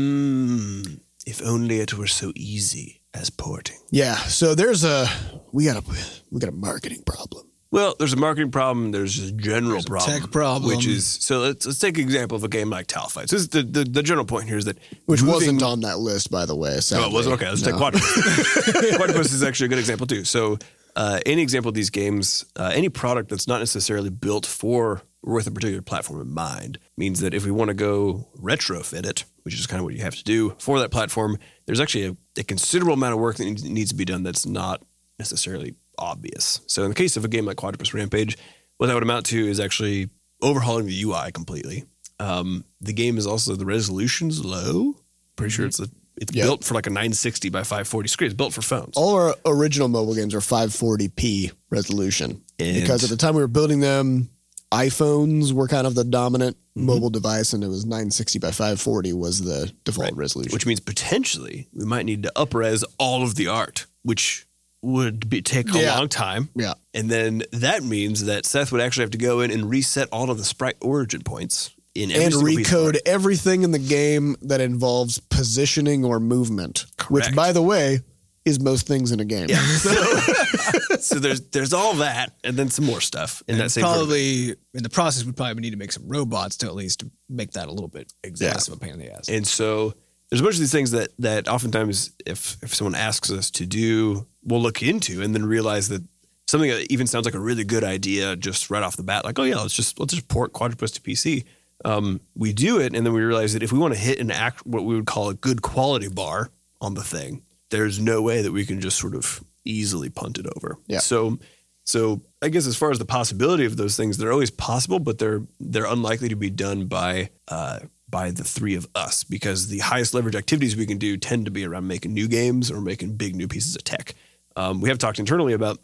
Mm, if only it were so easy as porting. Yeah, so there's a we got a we got a marketing problem. Well, there's a marketing problem. There's just a general problem, tech problem. which is so. Let's, let's take an example of a game like Talfight. So this is the, the the general point here is that Which moving- wasn't on that list, by the way. Oh, it sadly. was okay. Let's take Quadrupus. Quadrupus is actually a good example too. So, uh, any example of these games, uh, any product that's not necessarily built for or with a particular platform in mind, means that if we want to go retrofit it, which is kind of what you have to do for that platform, there's actually a, a considerable amount of work that needs- needs to be done that's not necessarily obvious. So, in the case of a game like Quadrupus Rampage, what that would amount to is actually overhauling the UI completely. Um, the game is also the resolution's low. Pretty sure it's a, it's Yeah. built for like a 960 by 540 screen. It's built for phones. all our original mobile games are 540p resolution And- because at the time we were building them iPhones were kind of the dominant Mm-hmm. mobile device and it was 960 by 540 was the default resolution which means potentially we might need to upres all of the art, which would be, take a Yeah. long time. yeah And then that means that Seth would actually have to go in and reset all of the sprite origin points in every and single piece of art. recode everything in the game that involves positioning or movement Correct. which by the way is most things in a game Yeah. So, so there's there's all that and then some more stuff in that same vertical. Probably in the process, we probably need to make some robots to at least make that a little bit Exactly. less of a pain in the ass. And so there's a bunch of these things that that oftentimes if if someone asks us to do, we'll look into and then realize that something that even sounds like a really good idea just right off the bat, like, oh yeah, let's just let's just port quadrupus to PC. Um, we do it and then we realize that if we want to hit an act what we would call a good quality bar on the thing, there's no way that we can just sort of easily punt it over. Yeah. So so I guess as far as the possibility of those things, they're always possible, but they're they're unlikely to be done by uh, by the three of us because the highest leverage activities we can do tend to be around making new games or making big new pieces of tech. Um, we have talked internally about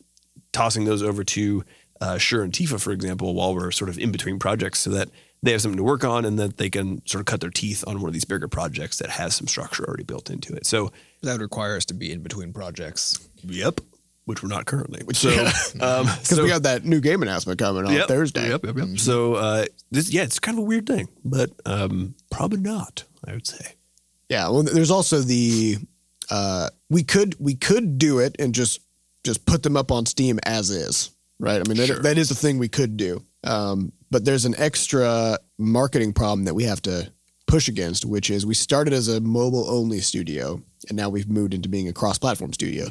tossing those over to uh, Sure and Tifa, for example, while we're sort of in between projects, so that they have something to work on and that they can sort of cut their teeth on one of these bigger projects that has some structure already built into it. So, That would require us to be in between projects. yep, which we're not currently. So, um, Because so- we got that new game announcement coming on Yep, Thursday. Yep, yep, yep. So, uh, this, yeah, it's kind of a weird thing, but um, probably not, I would say. Yeah. Well, there's also the uh, we could we could do it and just just put them up on Steam as is, right? I mean, that, Sure. that is a thing we could do. Um, but there's an extra marketing problem that we have to push against, which is we started as a mobile only studio, and now we've moved into being a cross platform studio.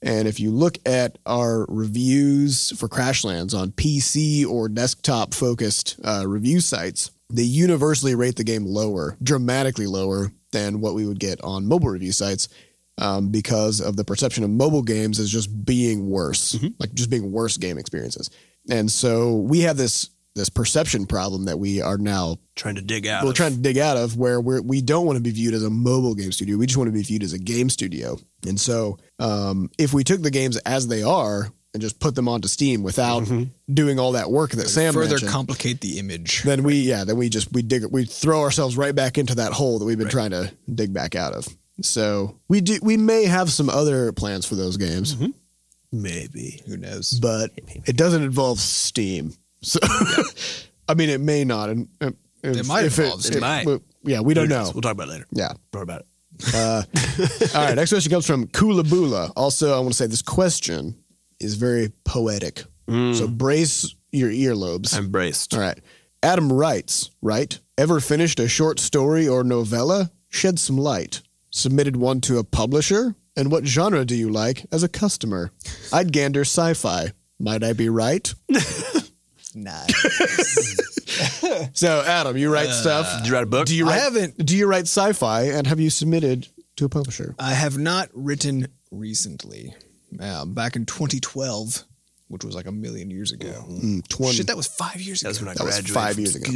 And if you look at our reviews for Crashlands on PC or desktop focused uh, review sites, they universally rate the game lower, dramatically lower than what we would get on mobile review sites um, because of the perception of mobile games as just being worse, like just being worse game experiences. And so we have this this perception problem that we are now Trying to dig out. we're of- trying to dig out of where we're, we don't want to be viewed as a mobile game studio. We just want to be viewed as a game studio. And so, um, if we took the games as they are and just put them onto Steam without Mm-hmm. doing all that work that Sam Mm-hmm. Further mentioned, complicate the image. then we yeah, then we just we dig we throw ourselves right back into that hole that we've been trying to dig back out of. So we do we may have some other plans for those games, Maybe. Who knows? but it doesn't involve Steam. So, I mean, it may not, and uh, if, might if involve Steam. It might. we- Yeah, we don't Who knows? know. We'll talk about it later. Yeah. Talk about it. Uh, all right, next question comes from Kulabula. Also, I want to say this question is very poetic. Hmm. So brace your earlobes. Mm. I'm braced. all right. Adam writes, right? Ever finished a short story or novella? Shed some light. Submitted one to a publisher? And what genre do you like as a customer? I'd gander sci fi. Might I be right? Nah. So, Adam, you write stuff. Uh, Did you write a book? Do you Uh, I write, haven't. do you write sci fi and have you submitted to a publisher? I have not written recently. Um, back in 2012, which was like a million years ago. Mm, 20. Shit, that was five years That ago. was when I That was graduated. five from years ago.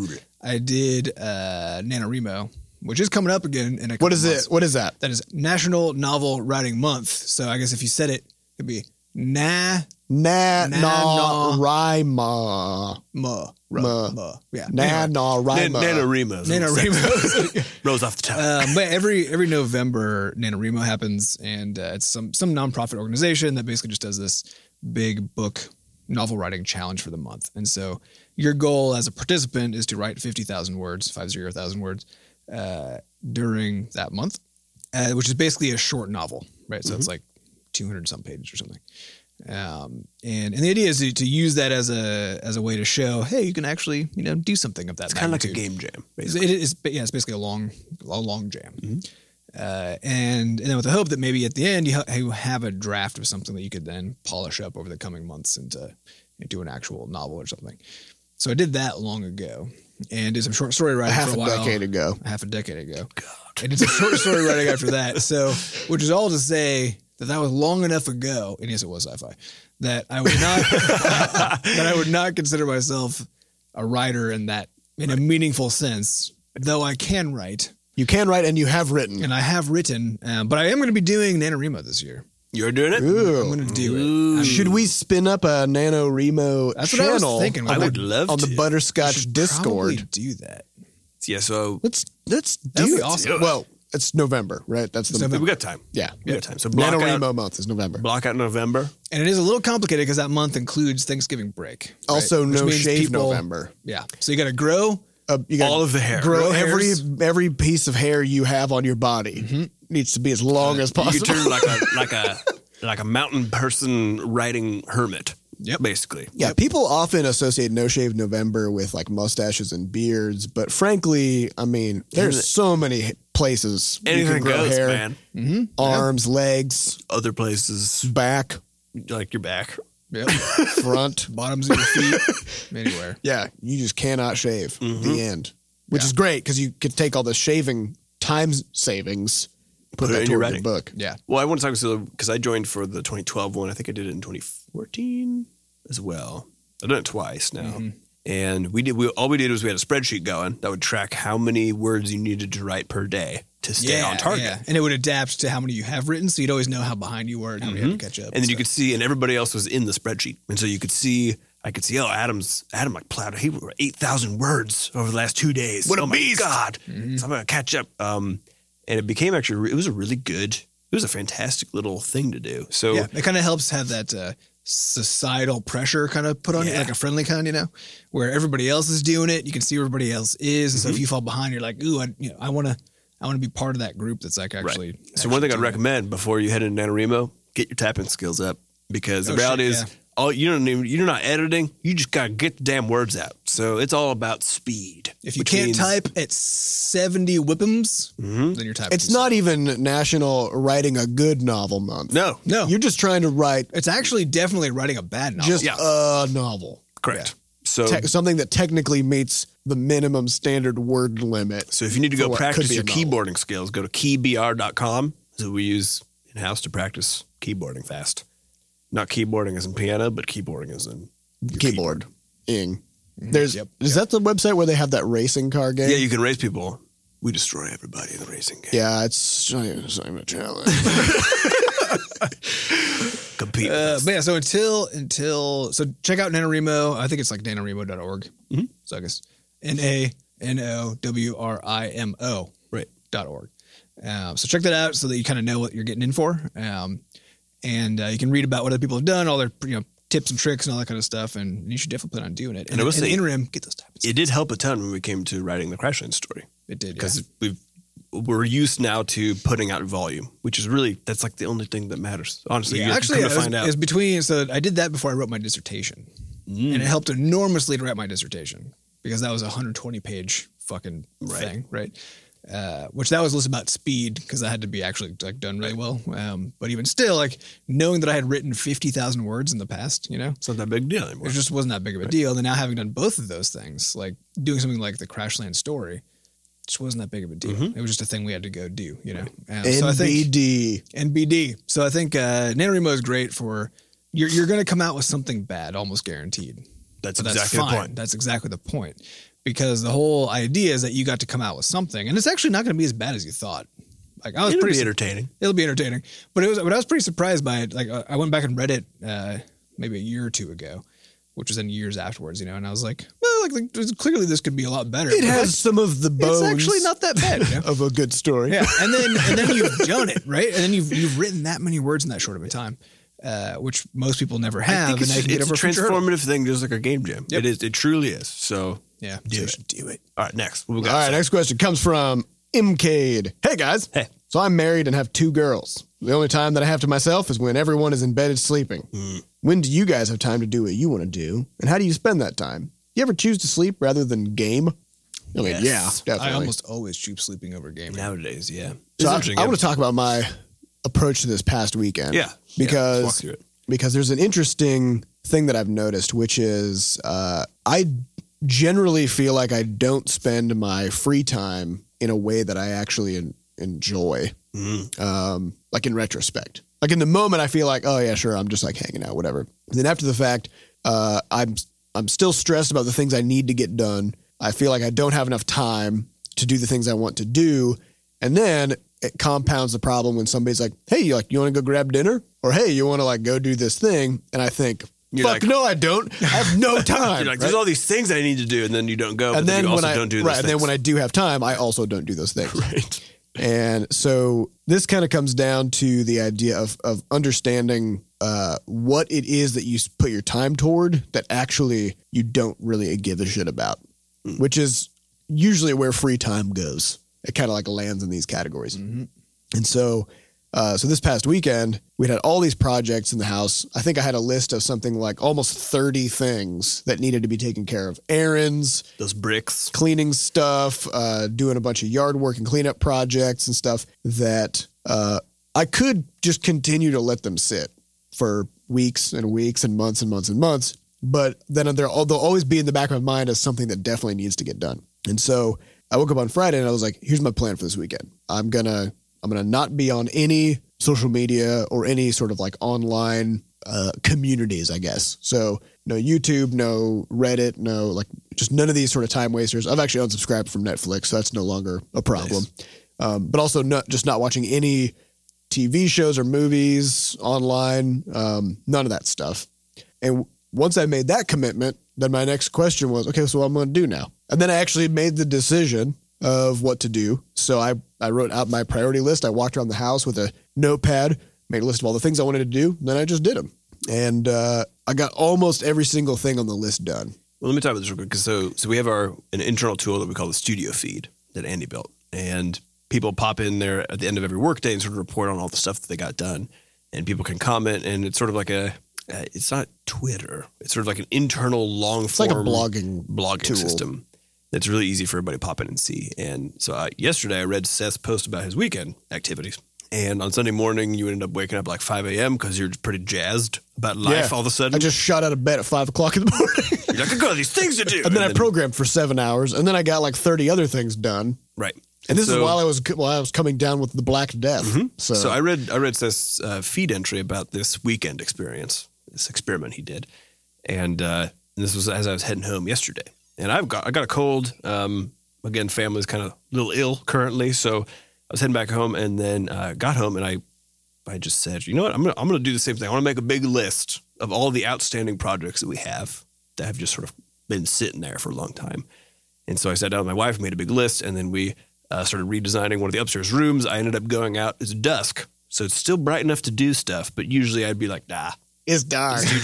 school. Yeah. I did uh, NaNoWriMo, which is coming up again in a couple what is months. it? What is that? That is National Novel Writing Month. So I guess if you said it, it'd be na Na Na- na na- rima. ma Ma. ra ma. Yeah. Na na Nan- rima. NaNoWriMo. Anyway, NaNoWriMo. Rose off the top. Uh, um, but every every November, NaNoWriMo happens, and uh, it's some some nonprofit organization that basically just does this big book novel writing challenge for the month. And so your goal as a participant is to write fifty thousand words, five zero thousand words, uh, during that month, uh, which is basically a short novel, right? So it's Mm-hmm. like two hundred some pages or something. Um, and and the idea is to, to use that as a as a way to show, hey, you can actually you know do something of that. It's kind of like a magnitude. game jam, It's- basically. It is, but yeah, it's basically a long, a long jam. Mm-hmm. Uh, and, and then with the hope that maybe at the end you, ha- you have a draft of something that you could then polish up over the coming months into into an actual novel or something. So I did that long ago and did some short story writing Half for a a while decade ago. half a decade ago. God. And it's a short story writing after that. So, which is all to say that that was long enough ago, and yes, it was sci-fi, that I would not that I would not consider myself a writer in that in a meaningful sense. Though I can write, You can write and you have written. and I have written, um, but I am going to be doing NaNoWriMo this year. You're doing it? I'm Ooh. going to do Ooh. it. I'm- Should we spin up a Nano Remo That's what I channel was thinking. I Well, would love on to. the Butterscotch should Discord? probably do that. yeah, so Let's let's That'd do be it. awesome. Well, it's November, right? That's the November. we got time. yeah. We got time. So block Nano out, Remo month is November. block out November. And it is a little complicated because that month includes Thanksgiving break. right? Also, Which no means shave people- November. Yeah. So you got to grow. Uh, you gotta All of the hair. Grow Grow every hairs. Mm-hmm. every piece of hair you have on your body needs to be as long Uh, as You could possible. turn like a like a like a mountain person riding hermit. Yep. Basically. Yeah, people often associate No Shave November with like mustaches and beards, but frankly, I mean, there's so many places you Anything can grow goes, hair, man. Mm-hmm. arms, legs, Other places back, like your back. Yep. front. Bottoms of your feet. anywhere. yeah, you just cannot shave. Mm-hmm. The end. Which is great because you could take all the shaving time savings, put, Put it that in toward your your writing. book. Yeah. Well, I want to talk to because I joined for the 2012 one. I think I did it in 2014 as well. I've done it twice now. Mm-hmm. And we did. We all we did was we had a spreadsheet going that would track how many words you needed to write per day to stay yeah, on target. yeah. And it would adapt to how many you have written. So you'd always know how behind you were and how many you had to catch up. And then you could see, and everybody else was in the spreadsheet, and so you could see I could see, oh, Adam's Adam like plowed he wrote eight thousand words over the last two days. What oh my god! Mm-hmm. So I'm gonna catch up. Um, and it became actually re- it was a really good. It was a fantastic little thing to do. So Yeah, it kind of helps have that uh, societal pressure kind of put on you, Yeah. like a friendly kind, you know, where everybody else is doing it. You can see where everybody else is, and Mm-hmm. so if you fall behind, you're like, ooh, I, you know, I want to, I want to be part of that group that's like actually. So one thing I'd actually doing recommend before you head into NaNoWriMo, get your tapping skills up because the Oh, reality shit, is yeah. all you don't even, you're not editing. You just gotta get the damn words out. So it's all about speed. it. If you which can't means- type at seventy whippums, Mm-hmm. then you're typing. It's not even National Writing a Good Novel Month. no, No, You're just trying to write it's actually definitely writing a bad novel. just Yeah. a novel. correct. So Te- something that technically meets the minimum standard word limit. so if you need to for go what could practice be your a novel. keyboarding skills, go to keybr.com. So we use in house to practice keyboarding fast. Not keyboarding as in piano, but keyboarding as in your Keyboard. Ing. There's Mm-hmm. Yep. is that the website where they have that racing car game? Yeah, you can raise people. We destroy everybody in the racing game. yeah, it's, it's not even a challenge. Compete. with Uh, us. but yeah, so until until so check out NaNoWriMo. I think it's like nanoremo.org. Mhm. So I guess N A N O W R I M O Right. dot org. Um, so check that out so that you kind of know what you're getting in for. Um, and uh, you can read about what other people have done, all their you know tips and tricks and all that kind of stuff. And you should definitely plan on doing it. And, And I will in the say- interim, get those types. it did help a ton when we came to writing the Crashland story It did because we've we're used now to putting out volume, which is really that's like the only thing that matters. Honestly, yeah, you actually, come it to was, find it out. was between. So I did that before I wrote my dissertation, Mm. and it helped enormously to write my dissertation because that was a 120 page fucking Right. thing, right? Uh, which that was less about speed because I had to be actually like done really well. Um, but even still, like knowing that I had written 50,000 words in the past, you know, It's not that big deal anymore. it just wasn't that big of a deal. And then now having done both of those things, like doing something like the Crashland story, just wasn't that big of a deal. It was just a thing we had to go do, you know. Um, so I think- NBD. NBD. So I think uh, NaNoWriMo is great for you're you're going to come out with something bad, almost guaranteed. that's But that's exactly fine. the point. That's exactly the point. Because the whole idea is that you got to come out with something, and it's actually not going to be as bad as you thought. Like I was It'll pretty, be su- entertaining. it'll be entertaining. But it was, but I was pretty surprised by it. Like uh, I went back and read it uh, maybe a year or two ago, which was then years afterwards, you know. And I was like, well, like, like there's- clearly this could be a lot better. It but has some of the that's- bones it's actually not that bad. you know? of a good story. Yeah, and then and then you've done it, right? And then you've you've written that many words in that short of a time, uh, which most people never I have. think it's, and they can it's a get over future hurdles. transformative thing, just like a game jam. Yep. It is. It truly is. So Yeah, do so it. should do it. all right, next. What we All got? right, next question comes from Mcade. Hey guys. Hey. So I'm married and have two girls. The only time that I have to myself is when everyone is in bed and sleeping. When do you guys have time to do what you want to do? And how do you spend that time? You ever choose to sleep rather than game? I mean, Yes. yeah, definitely. I almost always choose sleeping over gaming. Nowadays, yeah. So I, I It's want interesting. to talk about my approach to this past weekend. Yeah. Yeah, let's walk Because through it. because there's an interesting thing that I've noticed, which is uh, I generally feel like I don't spend my free time in a way that I actually en- enjoy. Mm. Um, like in retrospect, like in the moment, I feel like, oh yeah, sure, I'm just like hanging out, whatever. And then after the fact, uh, I'm I'm still stressed about the things I need to get done. I feel like I don't have enough time to do the things I want to do, and then it compounds the problem when somebody's like, "Hey, you like you want to go grab dinner?" or "Hey, you want to like go do this thing?" And I think, You're "Fuck like- no, I don't. I have no time." You're like, right? there's all these things I need to do, and then you don't go. but and then you when also I don't do those right, and then things. when I do have time, I also don't do those things. right. And so this kind of comes down to the idea of of understanding uh, what it is that you s- put your time toward that actually you don't really give a shit about, which is usually where free time goes. It kind of like lands in these categories. Mm. Mm-hmm. And so, uh, so this past weekend, we had all these projects in the house. I think I had a list of something like almost 30 things that needed to be taken care of errands, Those bricks. cleaning stuff, uh, doing a bunch of yard work and cleanup projects and stuff that uh, I could just continue to let them sit for weeks and weeks and months and months and months. But then they'll, they'll always be in the back of my mind as something that definitely needs to get done. And so I woke up on Friday and I was like, here's my plan for this weekend. I'm gonna I'm gonna not be on any social media or any sort of like online uh, communities, I guess. So no YouTube, no Reddit, no like just none of these sort of time wasters. I've actually unsubscribed from Netflix, so that's no longer a problem. Um, but also not just not watching any TV shows or movies online, um, none of that stuff. And once I made that commitment, then my next question was, okay, so what I'm going to do now? And then I actually made the decision of what to do. So I, I wrote out my priority list. I walked around the house with a notepad, made a list of all the things I wanted to do. Then I just did them. And uh, I got almost every single thing on the list done. Well, let me talk about this real quick. 'cause so, so we have our an internal tool that we call the Studio Feed that Andy built, and people pop in there at the end of every workday and sort of report on all the stuff that they got done, and people can comment, and it's sort of like a, uh, it's not Twitter, it's sort of like an internal long It's form like a blogging. blogging tool. system that's really easy for everybody to pop in and see. And so I, yesterday I read Seth's post about his weekend activities. And on Sunday morning, you ended up waking up like 5 a.m. because you're pretty jazzed about Yeah. life all of a sudden. I just shot out of bed at five o'clock in the morning. you're like, I've got these things to do. and then I programmed for seven hours, and then I got like thirty other things done. Right. And this is So- Mm-hmm. while I was while I was coming down with the Black Death. So, So I read I read this uh, feed entry about this weekend experience, this experiment he did, and uh, this was as I was heading home yesterday. And I've got I got a cold. Um, again, family's kind of a little ill currently, so I was heading back home, and then uh, got home, and I I just said, you know what, I'm gonna I'm gonna do the same thing. I want to make a big list of all the outstanding projects that we have that have just sort of been sitting there for a long time. And so I sat down with my wife, made a big list, and then we uh, started redesigning one of the upstairs rooms. I ended up going out. It's dusk, so it's still bright enough to do stuff. But usually I'd be like, nah, it's dark. it's too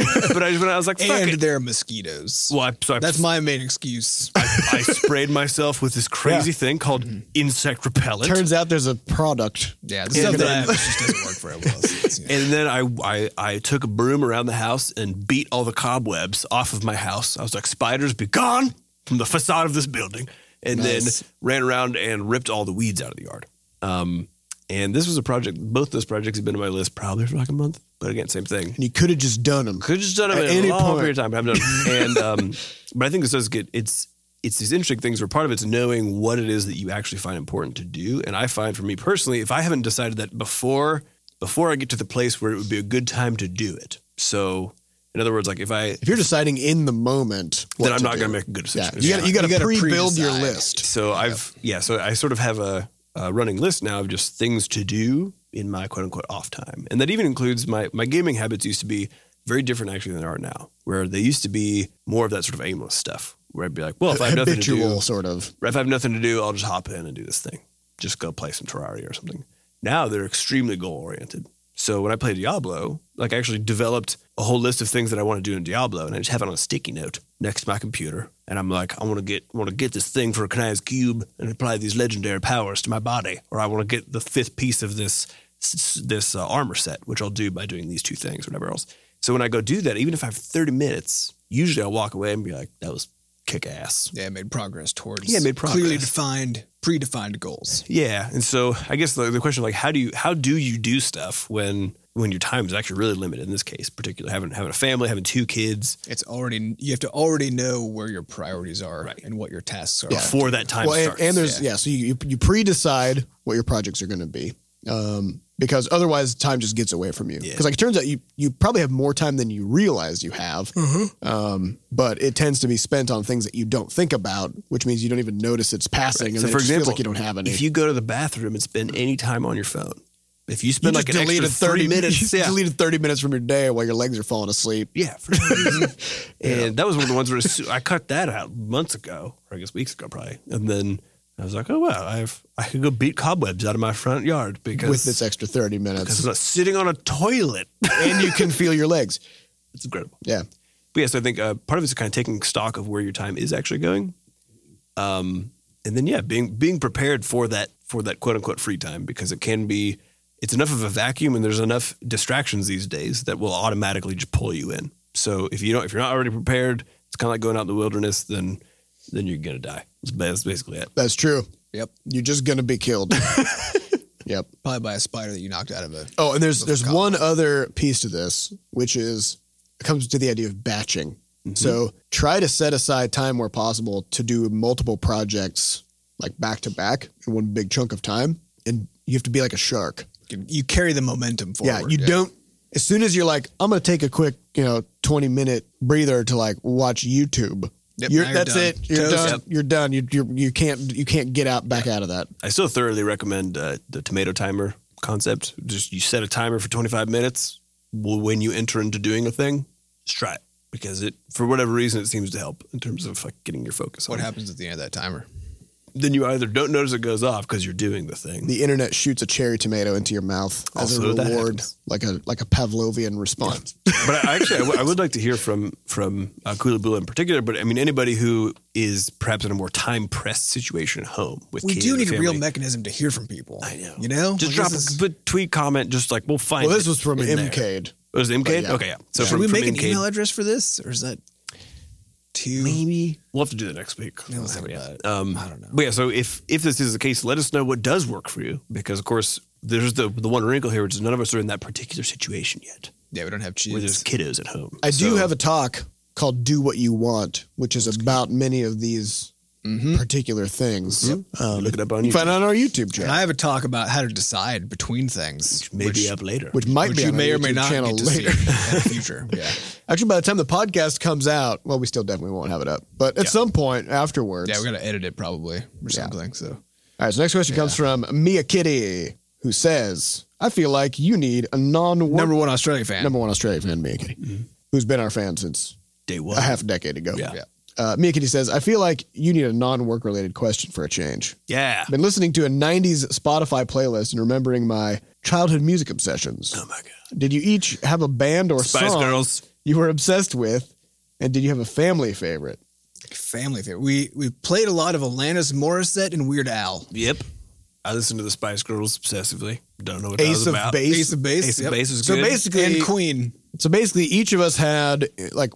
dark. but I just went out. I was like, fuck and it. there are mosquitoes. Well, I, so I, That's my main excuse. I sprayed myself with this crazy thing called Mm-hmm. insect repellent. Turns out there's a product. Yeah, the Yeah, stuff good that I have just doesn't work for everyone else. Yeah. And then I, I I took a broom around the house and beat all the cobwebs off of my house. I was like, spiders be gone from the facade of this building. And Nice. then ran around and ripped all the weeds out of the yard. Um, and this was a project, both those projects have been on my list probably for like a month. But again, same thing. And you could have just done them. Could have just done it At in any a long point. period of time, but I'm done. and um, but I think this does get it's it's these interesting things where part of it's knowing what it is that you actually find important to do. And I find for me personally, if I haven't decided that before before I get to the place where it would be a good time to do it. So in other words, like if I If you're deciding in the moment, what then I'm to not do. gonna make a good Yeah, decision. you got you got You to gotta pre-build your pre-decide. list. So I've yeah, so I sort of have a, a running list now of just things to do in my quote unquote off time, and that even includes my my gaming habits used to be very different actually than they are now, where they used to be more of that sort of aimless stuff, where I'd be like, well, if I have nothing to do, Habitual sort of. if I have nothing to do, I'll just hop in and do this thing, just go play some Terraria or something. Now they're extremely goal oriented. So when I play Diablo, like I actually developed a whole list of things that I want to do in Diablo, and I just have it on a sticky note next to my computer. And I'm like, I want to get want to get this thing for a Kanai's cube and apply these legendary powers to my body, or I want to get the fifth piece of this this uh, armor set, which I'll do by doing these two things, whatever else. So when I go do that, even if I have 30 minutes, usually I'll walk away and be like, that was kick ass. Yeah, I made progress towards Yeah, I made clearly progress. defined, predefined goals. Yeah, and so I guess the, the question like how do you how do you do stuff when when your time is actually really limited in this case, particularly having having a family, having two kids It's already you have to already know where your priorities are Right. and what your tasks are. before that time Well, and, starts. and there's yeah. so you you, you pre-decide what your projects are going to be, um, because otherwise time just gets away from you. Because Yeah. like it turns out you you probably have more time than you realize you have, Mm-hmm. um, but it tends to be spent on things that you don't think about, which means you don't even notice it's passing. And So then for it just feels example, like you don't have any. if you go to the bathroom and spend any time on your phone, if you spend like an extra thirty you minutes, just yeah, deleted thirty minutes from your day while your legs are falling asleep. yeah, for some reason. and that was one of the ones where as soo- I cut that out months ago, or I guess weeks ago probably, and then. I was like, oh well, I've I could go beat cobwebs out of my front yard because With this extra thirty because minutes, I'm not sitting on a toilet. and you can feel your legs. it's incredible. Yeah, But yes, I think uh, part of it's kind of taking stock of where your time is actually going, um, and then yeah, being being prepared for that for that quote unquote free time because it can be it's enough of a vacuum and there's enough distractions these days that will automatically just pull you in. So if you don't if you're not already prepared, it's kind of like going out in the wilderness. Then then you're gonna die. That's ba- That's basically it. that's true. Yep. You're just gonna be killed. yep. Probably by a spider that you knocked out of a. Oh, and there's there's one Cobwebs. other piece to this, which is it comes to the idea of batching. Mm-hmm. So try to set aside time where possible to do multiple projects like back to back in one big chunk of time, and you have to be like a shark. You carry the momentum forward. yeah, you don't. As soon as you're like, I'm gonna take a quick, you know, 20 minute breather to like watch YouTube. Yep, you're, now you're that's done. it. You're Toast. done. Yep. You're done. You you you can't you can't get out back out of that. I still thoroughly recommend uh, the tomato timer concept. Just you set a timer for 25 minutes. Well, When you enter into doing a thing, just try it. because it, for whatever reason, it seems to help in terms of like getting your focus on. What it. happens at the end of that timer? Then you either don't notice it goes off because you're doing the thing. The internet shoots a cherry tomato into your mouth as Also, a that reward, happens. like a like a Pavlovian response. but I, actually, I, w- I would like to hear from from uh, Kulabula in particular. But I mean, anybody who is perhaps in a more time pressed situation at home with We kids do or need a real family. mechanism to hear from people. I know. You know? Just Like, drop this a is- good tweet comment. Just like we'll find. well, it this was from in there. MCade. It was MK. But yeah. Okay, yeah. So Should from, we from make an MK, email address for this? Or is that too Maybe we'll have to do that next week. No, Let's I see what don't we got. Um, I don't know. But yeah, so if if this is the case, let us know what does work for you, because of course there's the the one wrinkle here, which is none of us are in that particular situation yet, Yeah, we don't have where there's cheese. kiddos at home. I do So- have a talk called "Do What You Want," which is about many of these Mm-hmm. particular things. Um, uh, look it up on you can YouTube. find it on our YouTube And channel, I have a talk about how to decide between things. Which may which- be up later. which might which be you on our may or YouTube may not channel get to later. see in the future. Yeah. Actually, by the time the podcast comes out, well, we still definitely won't have it up, but at Yeah. some point afterwards. Yeah, we got to edit it probably or something. So All right, so next question comes from Mia Kitty, who says, I feel like you need a non work number one Australia fan. number one Australia fan, Mia Kitty, who's been our fan since day one. a half a decade ago. Mm-hmm. Yeah. Yeah. Uh, Mia Kitty says, I feel like you need a non work related question for a change. Yeah. I've been listening to a 90s Spotify playlist and remembering my childhood music obsessions. Oh my god. Did you each have a band or Spice song Girls. you were obsessed with? And did you have a family favorite? Family favorite. We we played a lot of Alanis Morissette and Weird Al. Yep. I listened to the Spice Girls obsessively. Don't know what that Ace was of about. Base. Ace of Base. Ace of yep. Base was So good. basically- and Queen. So basically, each of us had like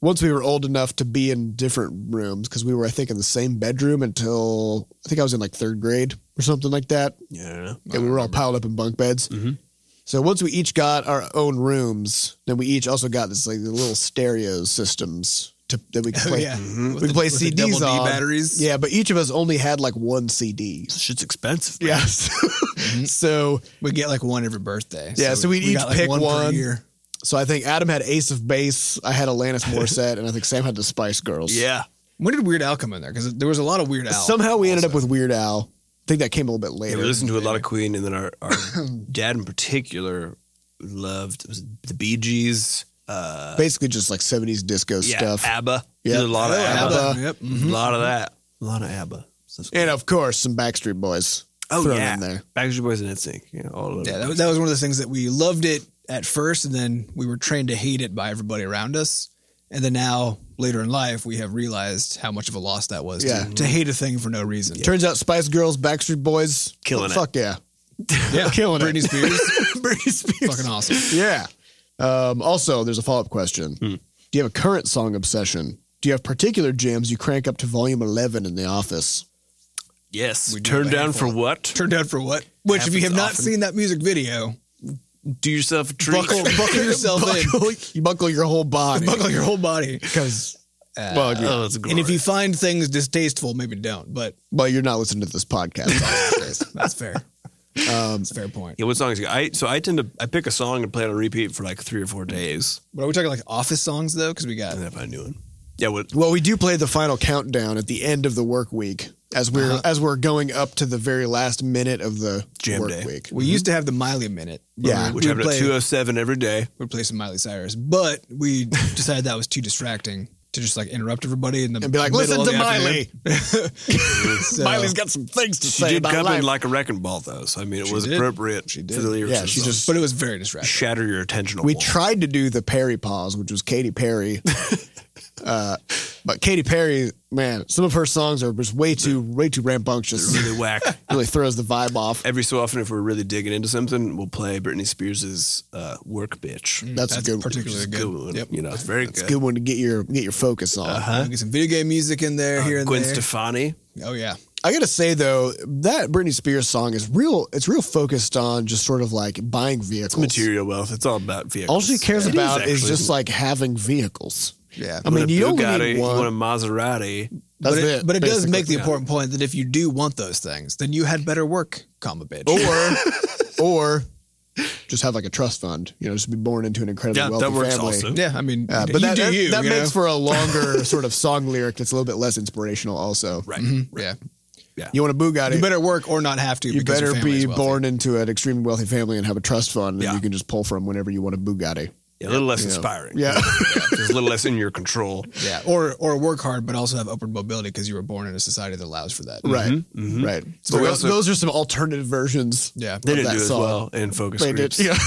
once we were old enough to be in different rooms because we were, I think, in the same bedroom until I think I was in like third grade or something like that, yeah, I don't know. and we were all piled up in bunk beds. Mhm. So once we each got our own rooms, then we each also got this like the little stereo systems to, that we could Oh play. yeah. Mhm. With We the- play with the CDs double D on. batteries. Yeah, but each of us only had like one CD. This shit's expensive. man. Yeah. So, so We get like one every birthday. Yeah, so we'd we each got, like, pick per one. year. so I think Adam had Ace of Base, I had Alanis Morissette, and I think Sam had the Spice Girls. Yeah. When did Weird Al come in there? Because there was a lot of Weird Al. Somehow we ended also. up with Weird Al. I think that came a little bit Yeah, later. we listened to a lot of Queen, and then our, our dad in particular loved was it the Bee Gees, uh, Basically, just like seventies disco yeah, stuff, ABBA. Yep. Did a lot of Oh, ABBA. ABBA. Yep. A mhm. lot of that. A lot of ABBA. So that's- uh, and of course some Backstreet Boys oh, thrown yeah. in there. Backstreet Boys and NSYNC. Yeah, all of Yeah, it. that was, that was one of the things that we loved it at first, and then we were trained to hate it by everybody around us. And then now, later in life, we have realized how much of a loss that was Yeah. to, to hate a thing for no reason. Turns out Spice Girls, Backstreet Boys, Killing it. fuck yeah, Yeah, killing Britney it. Spears, Britney Spears, fucking awesome. yeah. Um, also, there's a follow up question. Hmm. Do you have a current song obsession? Do you have particular jams you crank up to volume eleven in the office? yes. We do Turn have a down for handful. what? Turned out for what? Which, if you Happens have not often. seen that music video, Do yourself a treat. buckle, buckle yourself in, Buckle, you buckle your whole body buckle your whole body. because Uh, well, yeah. Oh, it's great. and if you find things distasteful, maybe don't. But well, you're not listening to this podcast. that's fair. um, That's a fair point. yeah, what songs? I so I tend to I pick a song and play it on repeat for like three or four days, But are we talking like office songs though? Because we got and then I find a new one. Yeah, what? Well, we do play the final countdown at the end of the work week as we're Uh-huh. as we're going up to the very last minute of the Jam work day. week. we used to have the Miley minute. where Mm-hmm. Yeah, we- Which we happened at play- two oh seven every day. we'd play some Miley Cyrus, but we decided that was too distracting to just like interrupt everybody in the And be like, middle listen of to the Miley. afternoon." So, got some things to She did come in like a wrecking ball, though. So I mean, it was did. appropriate she for the lyrics. Yeah, she just- but it was very distracting. shatter your attention. we wall. tried to do the Perry pause, which was Katy Perry. uh, but Katy Perry, man, some of her songs are just way too way too rambunctious. really whack. really throws the vibe off. Every so often, if we're really digging into something, we'll play Britney Spears' uh, "Work Bitch." That's, a Mm, good Which particularly is a good. good one. Yep. You know, it's very good. good one to get your get your focus on. Uh-huh. We get some video game music in there, here and Gwen there. Stefani. oh yeah, I gotta say though, that Britney Spears song is real. It's real focused on just sort of like buying vehicles. Material wealth. It's all about vehicles. All she cares It about is, actually. just like having vehicles. yeah. I mean, want a you only Bugatti, need you one. want a Maserati. That's but it. but it does basically. make the yeah. important point that if you do want those things, then you had better work, comma bitch. Oh. or just have like a trust fund. You know, just be born into an incredibly Yeah, wealthy that works family. also. yeah, I mean, Uh, but you that, do that, you. that you know? makes for a longer sort of song lyric that's a little bit less inspirational. Also, Right. Mm-hmm. yeah. you want a Bugatti. You better work or not have to. you because your better family be is wealthy. born into an extremely wealthy family and have a trust fund that Yeah. you can just pull from whenever you want a Bugatti. Yeah, a little less inspiring. Yeah. There's a little less in your control. Yeah, or or work hard, but also have upward mobility because you were born in a society that allows for that. right. Mhm. Right. But those, we also- those are some alternative versions. Yeah. They Love didn't that do as song. well in focus They groups. did. Yeah.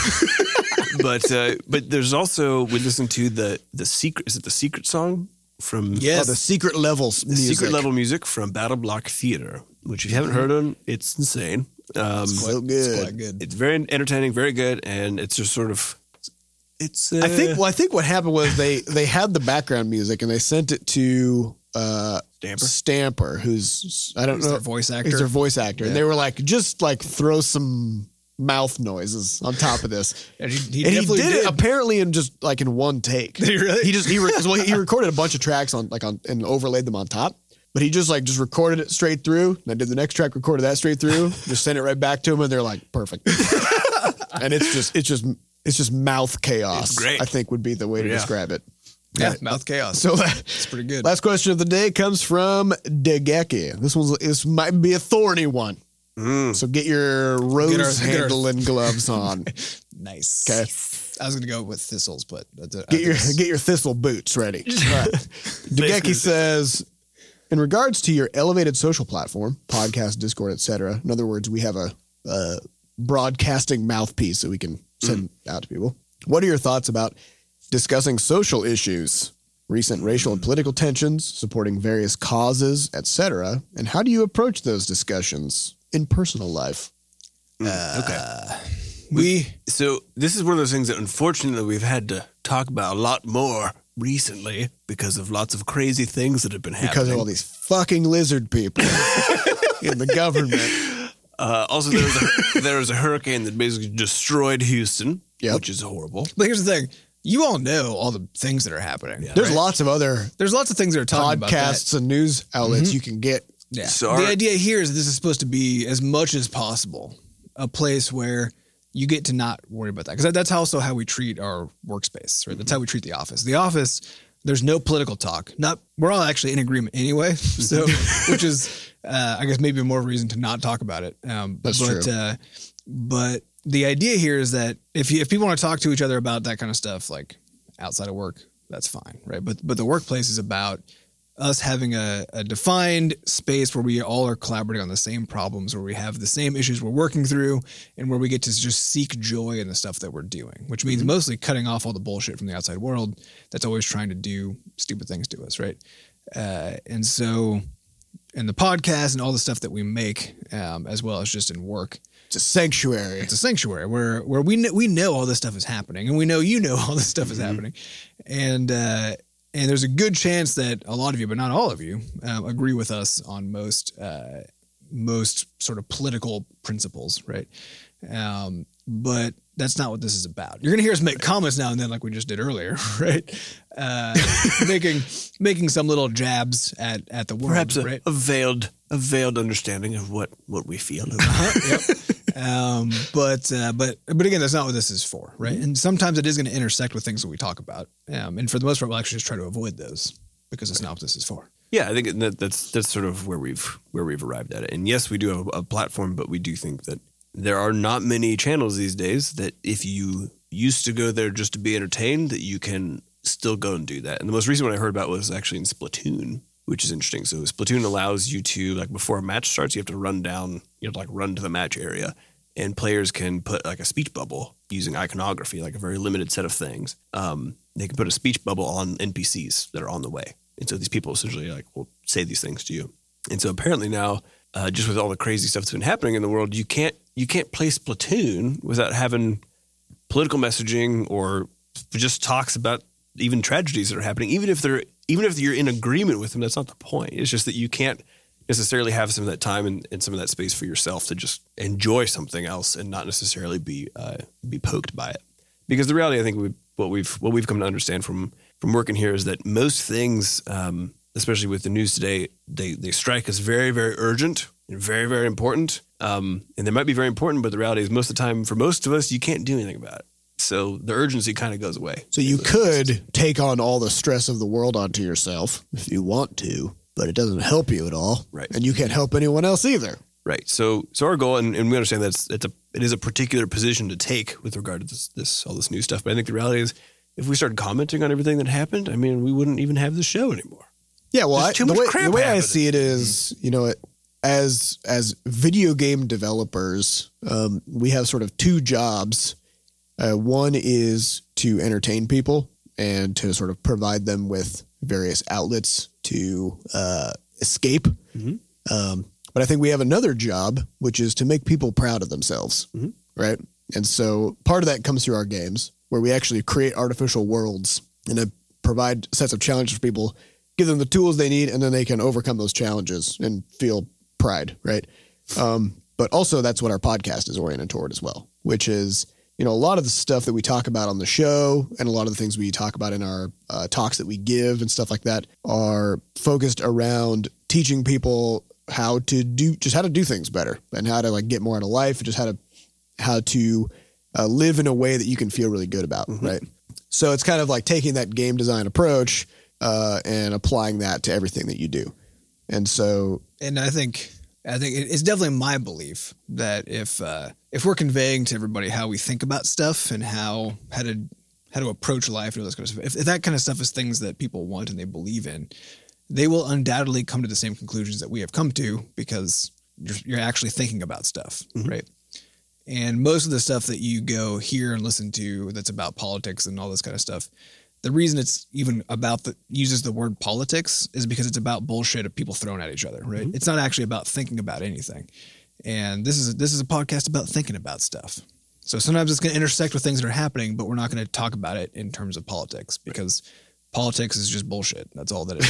but uh, but there's also we listened to the the secret is it the secret song from Oh, Oh, Yes. the secret levels. the music. secret level music from Battle Block Theater, which if you haven't heard on, it's insane. Um, So It's good. quite good. it's very entertaining, very good, and it's just sort of it's. Uh, I think. Well, I think what happened was they they had the background music and they sent it to uh, Damper. Stamper, who's I don't He's know their voice is their actor. voice actor, Yeah. and they were like, just like throw some mouth noises on top of this, And he, and he did, definitely it apparently in just like in one take. Did he really? He just he re- well, he recorded a bunch of tracks on like on and overlaid them on top. But he just like just recorded it straight through, and I did the next track, recorded that straight through, just sent it right back to him, and they're like, perfect. and it's just it's just it's just mouth chaos. It's great. I think would be the way to Yeah. describe it. yeah, mouth chaos. So that it's pretty good. Last question of the day comes from Degeki. This one's this might be a thorny one. Mm. So get your rose get our- handling gloves on. nice. Okay. I was gonna go with thistles, but that's Get your get your thistle boots ready. All right. Degeki says, in regards to your elevated social platform, podcast, Discord, etc. In other words, we have a, a broadcasting mouthpiece that we can send Mm. out to people. What are your thoughts about discussing social issues, recent racial and political tensions, supporting various causes, etc., and how do you approach those discussions in personal life? mm, uh, okay. we So this is one of those things that unfortunately we've had to talk about a lot more recently because of lots of crazy things that have been happening. Because of all these fucking lizard people in the government. Uh, also, there was, a, there was a hurricane that basically destroyed Houston, Yep. which is horrible. but here's the thing. You all know all the things that are happening. Yeah. There's right? lots of other there's lots of things that are talking about that. Mm-hmm. podcasts and news outlets you can get. Yeah. So the our- idea here is this is supposed to be as much as possible a place where you get to not worry about that because that's also how we treat our workspace, right? That's how we treat the office. The office, there's no political talk. Not we're all actually in agreement anyway, so which is uh, I guess maybe more of a reason to not talk about it. Um, That's but, true. Uh, but the idea here is that if you, if people want to talk to each other about that kind of stuff, like outside of work, that's fine, right? But but the workplace is about us having a, a defined space where we all are collaborating on the same problems, where we have the same issues we're working through, and where we get to just seek joy in the stuff that we're doing, which means mostly cutting off all the bullshit from the outside world that's always trying to do stupid things to us, right? Uh, and so, and the podcast and all the stuff that we make, um, as well as just in work, It's a sanctuary. it's a sanctuary where where we know, we know all this stuff is happening, and we know you know all this stuff Mm-hmm. is happening, and uh, and there's a good chance that a lot of you, but not all of you, um, agree with us on most uh, most sort of political principles, right? Um, but that's not what this is about. You're gonna hear us make comments now and then, like we just did earlier, right? Uh, making making some little jabs at at the world, perhaps a, right? a veiled a veiled understanding of what what we feel. um, but uh, but but again, that's not what this is for, right? And sometimes it is going to intersect with things that we talk about, um, and for the most part, we'll actually just try to avoid those because that's not what this is for. yeah, I think that, that's that's sort of where we've where we've arrived at it. And yes, we do have a, a platform, but we do think that there are not many channels these days that if you used to go there just to be entertained, that you can still go and do that. And the most recent one I heard about was actually in Splatoon, which is interesting. So Splatoon allows you to like before a match starts, you have to run down, you have to like run to the match area. and players can put like a speech bubble using iconography, like a very limited set of things. Um, they can put a speech bubble on NPCs that are on the way, and so these people essentially like will say these things to you. And so apparently now, uh, just with all the crazy stuff that's been happening in the world, you can't you can't play Splatoon without having political messaging or just talks about even tragedies that are happening, even if they're even if you're in agreement with them. That's not the point. It's just that you can't necessarily have some of that time and, and some of that space for yourself to just enjoy something else and not necessarily be uh, be poked by it. Because the reality, I think, we, what we've what we've come to understand from from working here is that most things, um, especially with the news today, they they strike as very very urgent and very very important. Um, and they might be very important, but the reality is most of the time, for most of us, you can't do anything about it. So the urgency kind of goes away. So you could take on all the stress of the world onto yourself if you want to, but it doesn't help you at all. Right. And you can't help anyone else either. Right. So, so our goal, and, and we understand that's it's a it is a particular position to take with regard to this, this all this new stuff. But I think the reality is, if we started commenting on everything that happened, I mean, we wouldn't even have the show anymore. Yeah, well, There's I, too the much way, crap the way I happening. Mm-hmm. see it is, you know, it, as as video game developers, um, we have sort of two jobs. Uh, one is to entertain people and to sort of provide them with various outlets to uh, escape. Mhm. Um, but I think we have another job, which is to make people proud of themselves, Mhm. right? And so part of that comes through our games, where we actually create artificial worlds and then provide sets of challenges for people give them the tools they need, and then they can overcome those challenges and feel pride, right? Um, but also, that's what our podcast is oriented toward as well, which is you know a lot of the stuff that we talk about on the show and a lot of the things we talk about in our uh, talks that we give and stuff like that are focused around teaching people how to do just how to do things better and how to like get more out of life and just how to how to uh, live in a way that you can feel really good about, right? So it's kind of like taking that game design approach uh, and applying that to everything that you do. And so, and I think I think it- it's definitely my belief that if uh, if we're conveying to everybody how we think about stuff and how how to how to approach life and all this kind of stuff, if, if that kind of stuff is things that people want and they believe in, they will undoubtedly come to the same conclusions that we have come to because you're, you're actually thinking about stuff, right? And most of the stuff that you go hear and listen to that's about politics and all this kind of stuff, the reason it's even about the uses the word politics is because it's about bullshit of people thrown at each other, right? It's not actually about thinking about anything. And this is this is a podcast about thinking about stuff. So sometimes it's going to intersect with things that are happening, but we're not going to talk about it in terms of politics because politics is just bullshit. That's all that it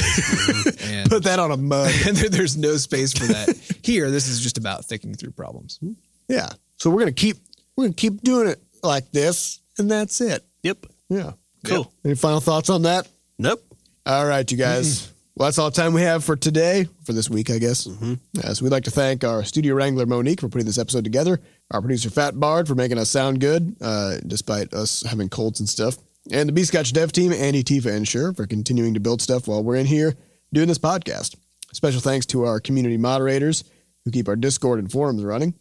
is. and put that on a mug. and there, there's no space for that here. This is just about thinking through problems. Hmm. yeah. So we're gonna keep we're gonna keep doing it like this, and that's it. Yep. Yeah. Cool. Any final thoughts on that? Nope. All right, you guys. Well, that's all the time we have for today, for this week, I guess. Uh, so we'd like to thank our studio wrangler, Monique, for putting this episode together, our producer, Fat Bard, for making us sound good, uh, despite us having colds and stuff, and the B Scotch dev team, Andy Tifa and Sure, for continuing to build stuff while we're in here doing this podcast. Special thanks to our community moderators who keep our Discord and forums running.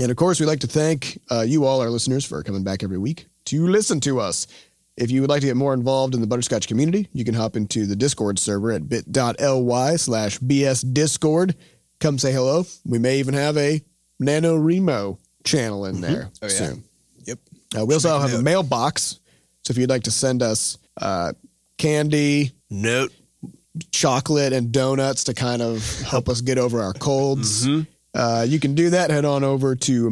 And of course, we'd like to thank uh, you all, our listeners, for coming back every week to listen to us. If you would like to get more involved in the Butterscotch community, you can hop into the Discord server at bit.ly slash bsdiscord. Come say hello. We may even have a Nano Remo channel in there Oh, yeah. soon. Yep. Uh, we also Make a have a note. mailbox. So if you'd like to send us uh, candy, Note. chocolate, and donuts to kind of help us get over our colds, Mm-hmm. uh, you can do that. Head on over to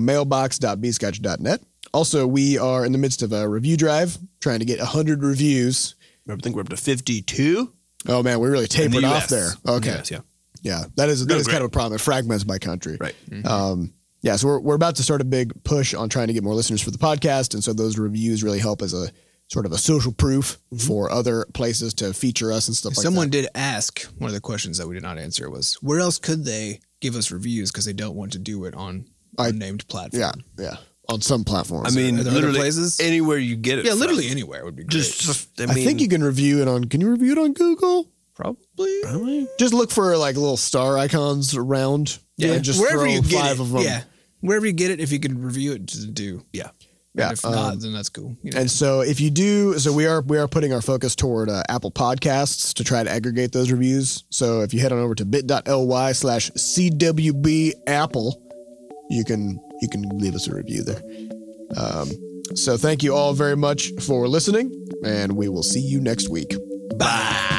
mailbox.bscotch.net. Also, we are in the midst of a review drive trying to get 100 reviews. I think we're up to 52. Oh, man, we really in the tapered off US. there. Okay. Yes, yeah. Yeah. That is, that Doing is kind of a problem. It fragments by country. Right. Mm-hmm. Um, yeah, so we're, we're about to start a big push on trying to get more listeners for the podcast. And so those reviews really help as a sort of a social proof for other places to feature us and stuff like Mm-hmm. Someone that. did ask one of the questions that we did not answer was where else could they give us reviews because they don't want to do it on I- unnamed platform. Yeah. Yeah. On some platforms. I mean, Are there other literally places? anywhere you get it. yeah, from. literally anywhere would be great. Just, just- I, I, mean, think you can review it on, can you review it on Google? probably. Really? Just look for like little star icons around. Yeah, and just wherever throw you get five it. of them. Yeah, wherever you get it, if you can review it, just do. Yeah. Yeah, and if um, not, then that's cool. You know. And so if you do, so we are we are putting our focus toward uh, Apple Podcasts to try to aggregate those reviews. So if you head on over to bit.ly slash CWB Apple, you can you can leave us a review there. Um, so thank you all very much for listening, and we will see you next week. Bye.